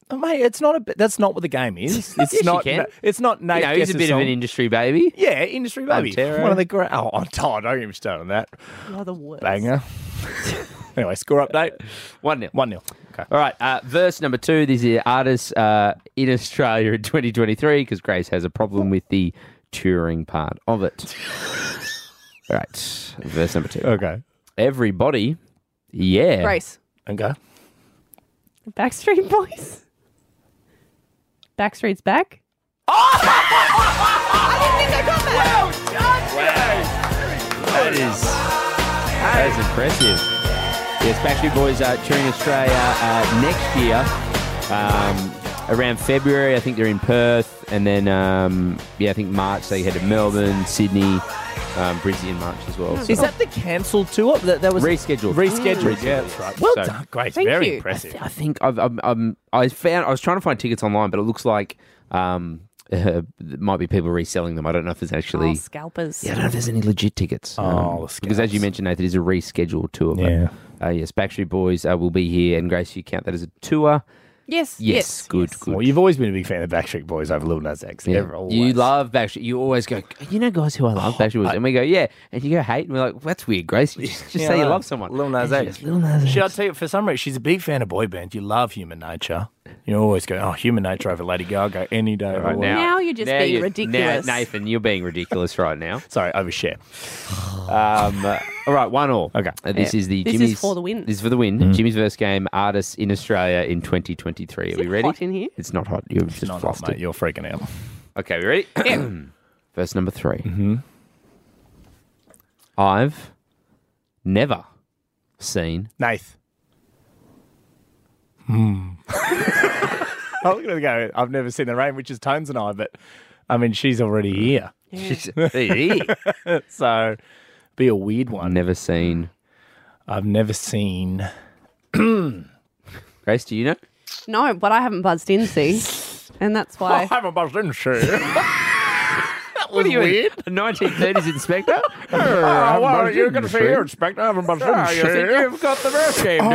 Oh, mate, it's not a. bit- That's not what the game is. [laughs] It's Yes, you not. can. It's not. Nate You know, he's a guesses bit of song. an industry baby. Yeah, industry baby. Montero. One of the great. Oh, [laughs] oh, don't get me started on that. You're the worst. Banger. [laughs] anyway, score update. One 0 One 0 Okay. All right. Uh, verse number two. These are artists uh, in Australia in 2023 because Grace has a problem with the touring part of it. All right. Verse number two. Okay. Everybody. Yeah. Grace. Okay. Backstreet Boys. Backstreet's back. That is that is impressive. Yes, Backstreet Boys are touring Australia uh, next year um, around February. I think they're in Perth, and then um, yeah, I think March they head to Melbourne, Sydney, um, Brisbane in March as well. Is that the cancelled tour? That, that was rescheduled? Rescheduled. Yeah, that's right. Well So- done, Grace. Very impressive. I think I've, i I'm, I found I was trying to find tickets online, but it looks like um, [laughs] uh, there might be people reselling them. I don't know if there's actually Oh, scalpers. Yeah, I don't know if there's any legit tickets. Oh, because as you mentioned, Nathan, it is a rescheduled tour. But, yeah. Uh, yes, Backstreet Boys uh, will be here, and Grace, you count that as a tour. Yes. Yes, good, good. Well, you've always been a big fan of Backstreet Boys over Lil Nas X. Yeah. Ever, always. Oh, You love Backstreet. You always go, you know, guys who I love Backstreet Boys, and we go, yeah, and you go hate, and we're like, that's weird, Grace. You just, just Yeah, say I you know. love someone. Lil Nas And she X. goes, Lil Nas X. Shall I tell you, for some reason, she's a big fan of boy bands. You love Human Nature. You always go, oh, Human Nature over Lady Gaga any day. Right now, Now you're just being you're- ridiculous. Now, Nathan, you're being ridiculous right [laughs] now. Sorry, overshare. Um, uh, all right, one all. Okay, this Yeah. is the This is Jimmy's for the win. This is for the win. Mm. Jimmy's verse game, artists in Australia in 2023. Are we ready? hot in here? It's not hot. You're just not hot, flustered. mate. You're freaking out. Okay, we [clears throat] ready? verse number 3 Mm-hmm. I've never seen Nath. Hmm. [laughs] I'm going to go, I've never seen the rain, which is Tones and I, but I mean, she's already here. She's already here. so be a weird one. [laughs] Never seen. I've never seen. Grace. Do you know? No, but I haven't buzzed [laughs] in, see? And that's [laughs] why. I haven't buzzed in, sure. that What are you weird? A 1930s inspector? [laughs] Oh, well, you're going to see your inspector. I haven't buzzed in, Oh, you think sure. you've got the verse game, do you?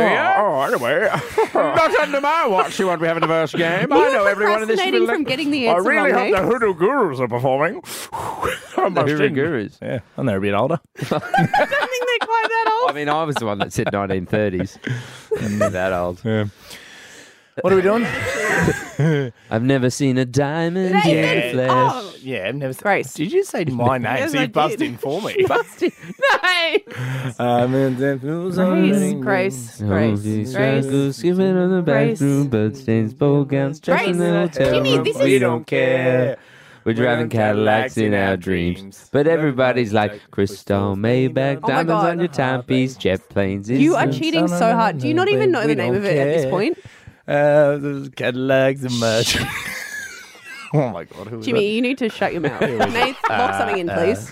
Oh, [laughs] anyway. Not under my watch you won't be having the verse game. I know [laughs] everyone in this procrastinating village. from getting the I answer really wrong, hope the Nate. Hoodoo Gurus are performing. [laughs] I'm The buzzed Hoodoo in. [laughs] Gurus. Yeah, and they're a bit older. I don't think they're quite [laughs] that I old. mean, I was the one that said [laughs] 1930s. I'm not that old. Yeah. What are we doing? I've never seen a diamond Nathan, in the flesh. oh, [laughs] Yeah, I've never. Grace. Did you say [laughs] my name? Yes, so you I buzzed did. in for [laughs] [laughs] me. Nate. I'm in the blues Grace, Grace, All Grace, these Grace. struggles given on the Grace. bathroom, but stains, bowl gowns, just Grace. an old terror. Jimmy, this we is- don't care. We're driving Cadillacs in our dreams, but everybody's like crystal Maybach, Oh my diamonds God. on your timepiece, jet planes. You are cheating so hard. Do you not even know We the name don't of it at care. this point? Uh, there's Cadillacs and [laughs] merch. oh my god, who is Jimmy, you need to shut your mouth. Nate, lock something Uh, in, please.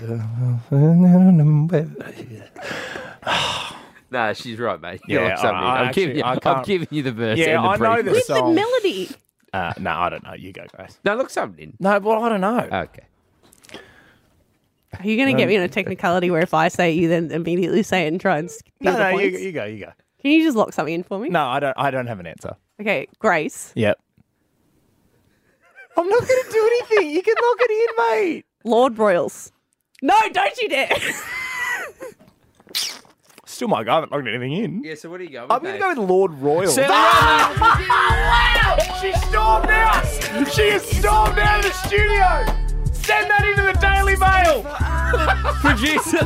that? Nah, she's right, mate. You're Yeah, like something. I- I I'm, giving actually- you, I I'm can't- giving you the verse. Yeah, and the I know brief. this. With the song. melody. Uh, no, I don't know. You go, Grace. Now look something. No, well, I don't know. Okay. Are you going to get Um, me in a technicality where if I say it, you then immediately say it and try and steal No, the no, you, points? you go, you go. Can you just lock something in for me? No, I don't. I don't have an answer. Okay, Grace. Yep. I'm not gonna do anything. You can lock it in, mate. Lord Royals. No, don't you dare. [laughs] Still, my guy, I haven't locked anything in. Yeah, so what do you go? I'm gonna go with Lord Royal. Wow! [laughs] She stormed out! She has stormed out of the studio! Send that into the Daily Mail! [laughs] Producer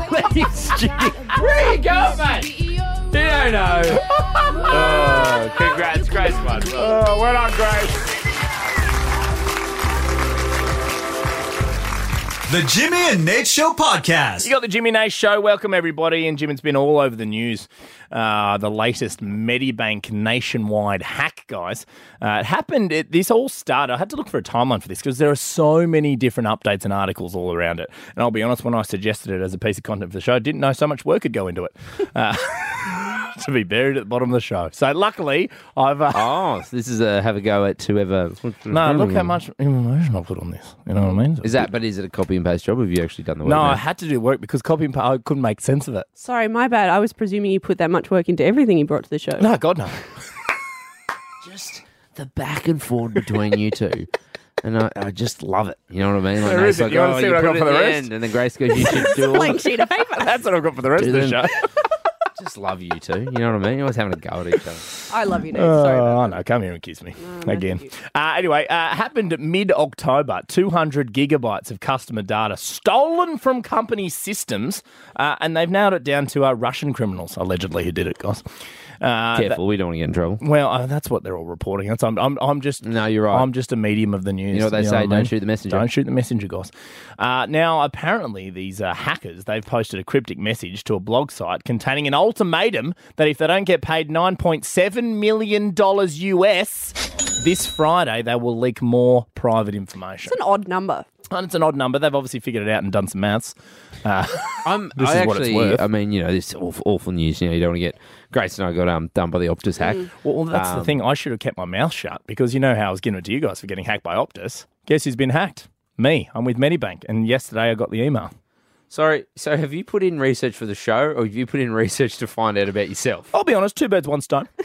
Where you go, mate? You don't [laughs] know. oh, congrats, Grace one. Well, Oh, well done, Grace. The Jimmy and Nate Show You podcast. got the Jimmy Nash Show. Welcome, everybody. And Jim, it's been all over the news. Uh, the latest Medibank nationwide hack, guys. Uh, it happened, it, this all started. I had to look for a timeline for this because there are so many different updates and articles all around it. And I'll be honest, when I suggested it as a piece of content for the show, I didn't know so much work could go into it. Uh, [laughs] to be buried at the bottom of the show. So luckily, I've. Uh, oh, so this is a have a go at whoever. [laughs] No, look how much emotion I put on this. You know what I mean? Is that? But is it a copy and paste job? Or have you actually done the work? No, I now? had to do work because copy and pa- I couldn't make sense of it. Sorry, my bad. I was presuming you put that much work into everything you brought to the show. No, God, no. Just the back and forth between you two. And I, I just love it. You know what I mean? There Nate's is it. You wanna see what I oh, put got it for at the rest? end. And then Grace goes, you [laughs] should do all blank sheet of paper. That's what I've got for the rest Do of the them. show. Just love you two. You know what I mean? You're always having a go at each other. I love you, Nate. Oh, Sorry. I know. Come here and kiss me again. Uh, anyway, uh, happened mid October. 200 gigabytes of customer data stolen from company systems, uh, and they've nailed it down to uh, Russian criminals, allegedly, who did it, guys. Uh, Careful, we don't want to get in trouble. that- well, uh, that's what they're all reporting. That's, I'm, I'm, I'm just no, you're right. I'm just a medium of the news. You know what they say, I don't shoot the messenger. Don't shoot the messenger, guys. Uh, now, apparently, these uh, hackers they've posted a cryptic message to a blog site containing an ultimatum that if they don't get paid nine point seven million dollars US this Friday, they will leak more private information. It's an odd number. And it's an odd number. They've obviously figured it out and done some maths. Uh, I'm, this I is actually, what it's worth. I mean, you know, this is awful, awful news. You know, you don't want to get. Grace and I got um, done by the Optus hack. Well, well, that's the Um, thing. I should have kept my mouth shut because you know how I was giving it to you guys for getting hacked by Optus. Guess who's been hacked? Me. I'm with Medibank, and yesterday I got the email. Sorry. So, have you put in research for the show, or have you put in research to find out about yourself? I'll be honest, two birds, one stone. [laughs]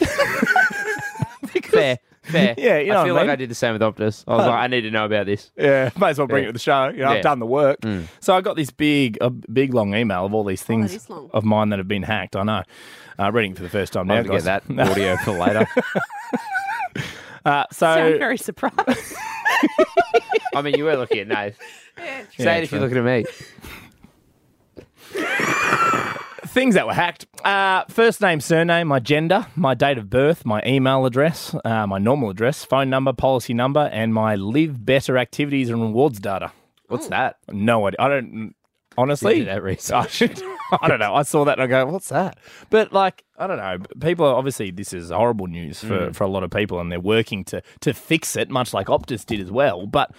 fair, [laughs] fair. Yeah, you know I feel what I mean? like I did the same with Optus. I was Oh. like, I need to know about this. [laughs] Yeah, may as well [laughs] bring Yeah. it to the show. You know, Yeah. I've done the work. Mm. So I got this big, a big long email of all these things of mine that have been hacked. I know. Uh, reading it for the first time I'll now. have to get [laughs] guys. that audio for [laughs] later. uh, Sound so very surprised. I mean, you were looking at [laughs] Nate. Say Yeah, it if true. you're looking at me. things that were hacked: uh, first name, surname, my gender, my date of birth, my email address, uh, my normal address, phone number, policy number, and my live better activities and rewards data. What's that? Oh, No idea. I don't. Honestly, [laughs] Did you do that research? I, should- I don't know. I saw that and I go, "What's that?" But like, I don't know. People are obviously this is horrible news for, Mm. for a lot of people, and they're working to to fix it, much like Optus did as well. But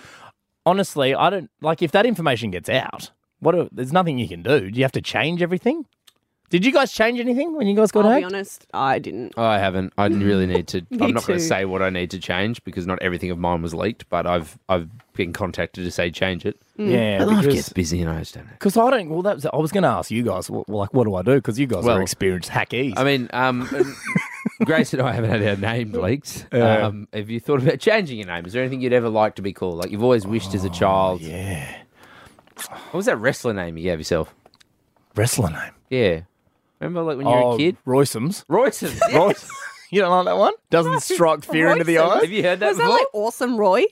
honestly, I don't like if that information gets out. What? A, there's nothing you can do. Do you have to change everything? Did you guys change anything when you guys got I'll be hacked? honest, I didn't. Oh, I haven't. I really need [laughs] to. Me I'm not going too. to say what I need to change because not everything of mine was leaked. But I've I've been contacted to say change it. Mm. Yeah, but life because- gets busy and I just don't know. Because I don't. Well, that was, I was going to ask you guys. Well, like, what do I do? Because you guys Well, are experienced hackies. I mean, [laughs] um, Grace and I haven't had our name leaked. Yeah. Um, have you thought about changing your name? Is there anything you'd ever like to be called? Like you've always wished as a child. Yeah. What was that wrestler name you gave yourself? Wrestler name. Yeah. Remember, like when you were Oh, a kid, Roysums. Roysons. Royce. [laughs] You don't like that one? Doesn't strike fear into the [laughs] eyes. Have you heard that Was that before? like Awesome Roy?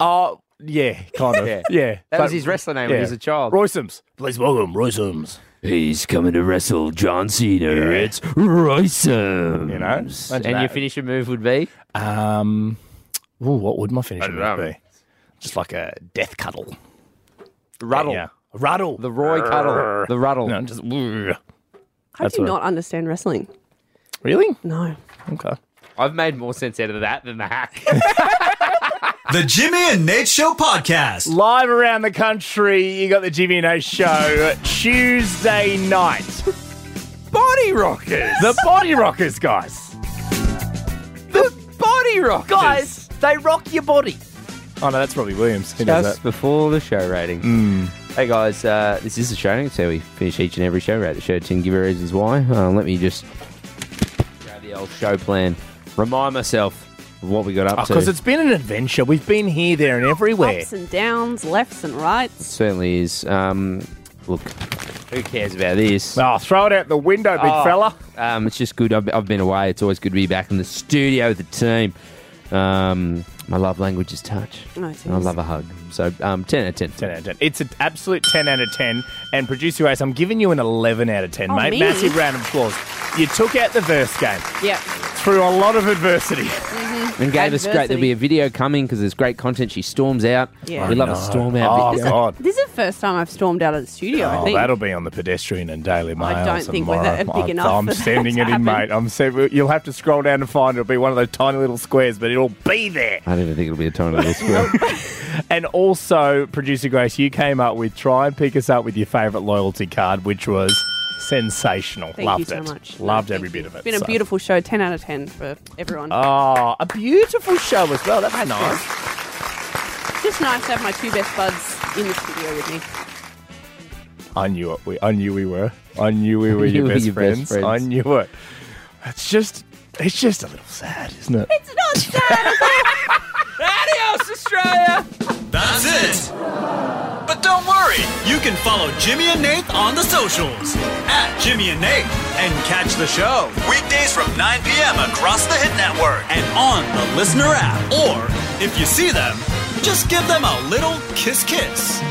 Oh, yeah, kind of. Yeah. yeah. That was his wrestler name when he was a child. Roysums. Please welcome Roysums. He's coming to wrestle John Cena. It's Roysons. You know? And Imagine your that. finisher move would be? Um, ooh, what would my finisher I don't move know. be? Just like a death cuddle. Ruddle. Yeah. Ruddle. Oh. The Roy Cuddle. The Ruddle. No, just. I That's do what I- not understand wrestling. Really? No. Okay. I've made more sense out of that than the hack. The Jimmy and Nate Show Podcast. Live around the country, you got the Jimmy and [laughs] O show Tuesday night. Body rockers. The Body Rockers, guys. The [laughs] Body Rockers. Guys, they rock your body. Oh, no, that's Robbie Williams. Who does Just that? before the show rating. Mm. Hey guys, uh, this is the show. It's how we finish each and every show. Rate the show 10, give you reasons why. Uh, let me just go the old show plan. Remind myself of what we got up to. Because Oh, it's been an adventure. We've been here, there, and everywhere. Ups and downs, lefts and rights. certainly is. Um, look, who cares about this? Oh, throw it out the window, big Oh, fella. Um, it's just good. I've, I've been away. It's always good to be back in the studio with the team. Um, my love language is touch. Oh, it And I is. love a hug. So um, 10 out of 10. 10 out of 10. It's an absolute 10 out of 10. And producer Ace, I'm giving you an 11 out of 10, Oh, mate. me? Massive round of applause. You took out the verse game Yep. through a lot of adversity. [laughs] And gave us great. There'll be a video coming because there's great content. She storms out. Yeah. We love I a know. storm out. Oh, God. This is the first time I've stormed out of the studio, I Oh, think. that'll be on the pedestrian and Daily Mail. I don't think we're tomorrow. that big I- enough I'm for that sending to it in, happen. mate. I'm send, You'll have to scroll down to find it. It'll be one of those tiny little squares, but it'll be there. I don't even think it'll be a [laughs] time of this. Well, And also, producer Grace, you came up with try and pick us up with your favourite loyalty card, which was Sensational. Thank Loved you so it. much. Loved every bit of It's it. been a so- beautiful show. 10 out of 10 for everyone. Oh, a beautiful show as well. That's nice. Just nice to have my two best buds in the studio with me. I knew it. We, I knew we were. I knew we were your, best, friends. I knew it. It's just, it's just a little sad, isn't it? It's not sad. Adios, Australia. That's it. But don't worry, you can follow Jimmy and Nate on the socials at Jimmy and Nate and catch the show weekdays from 9 p.m. across the Hit Network and on the Listener app. Or if you see them, just give them a little kiss kiss.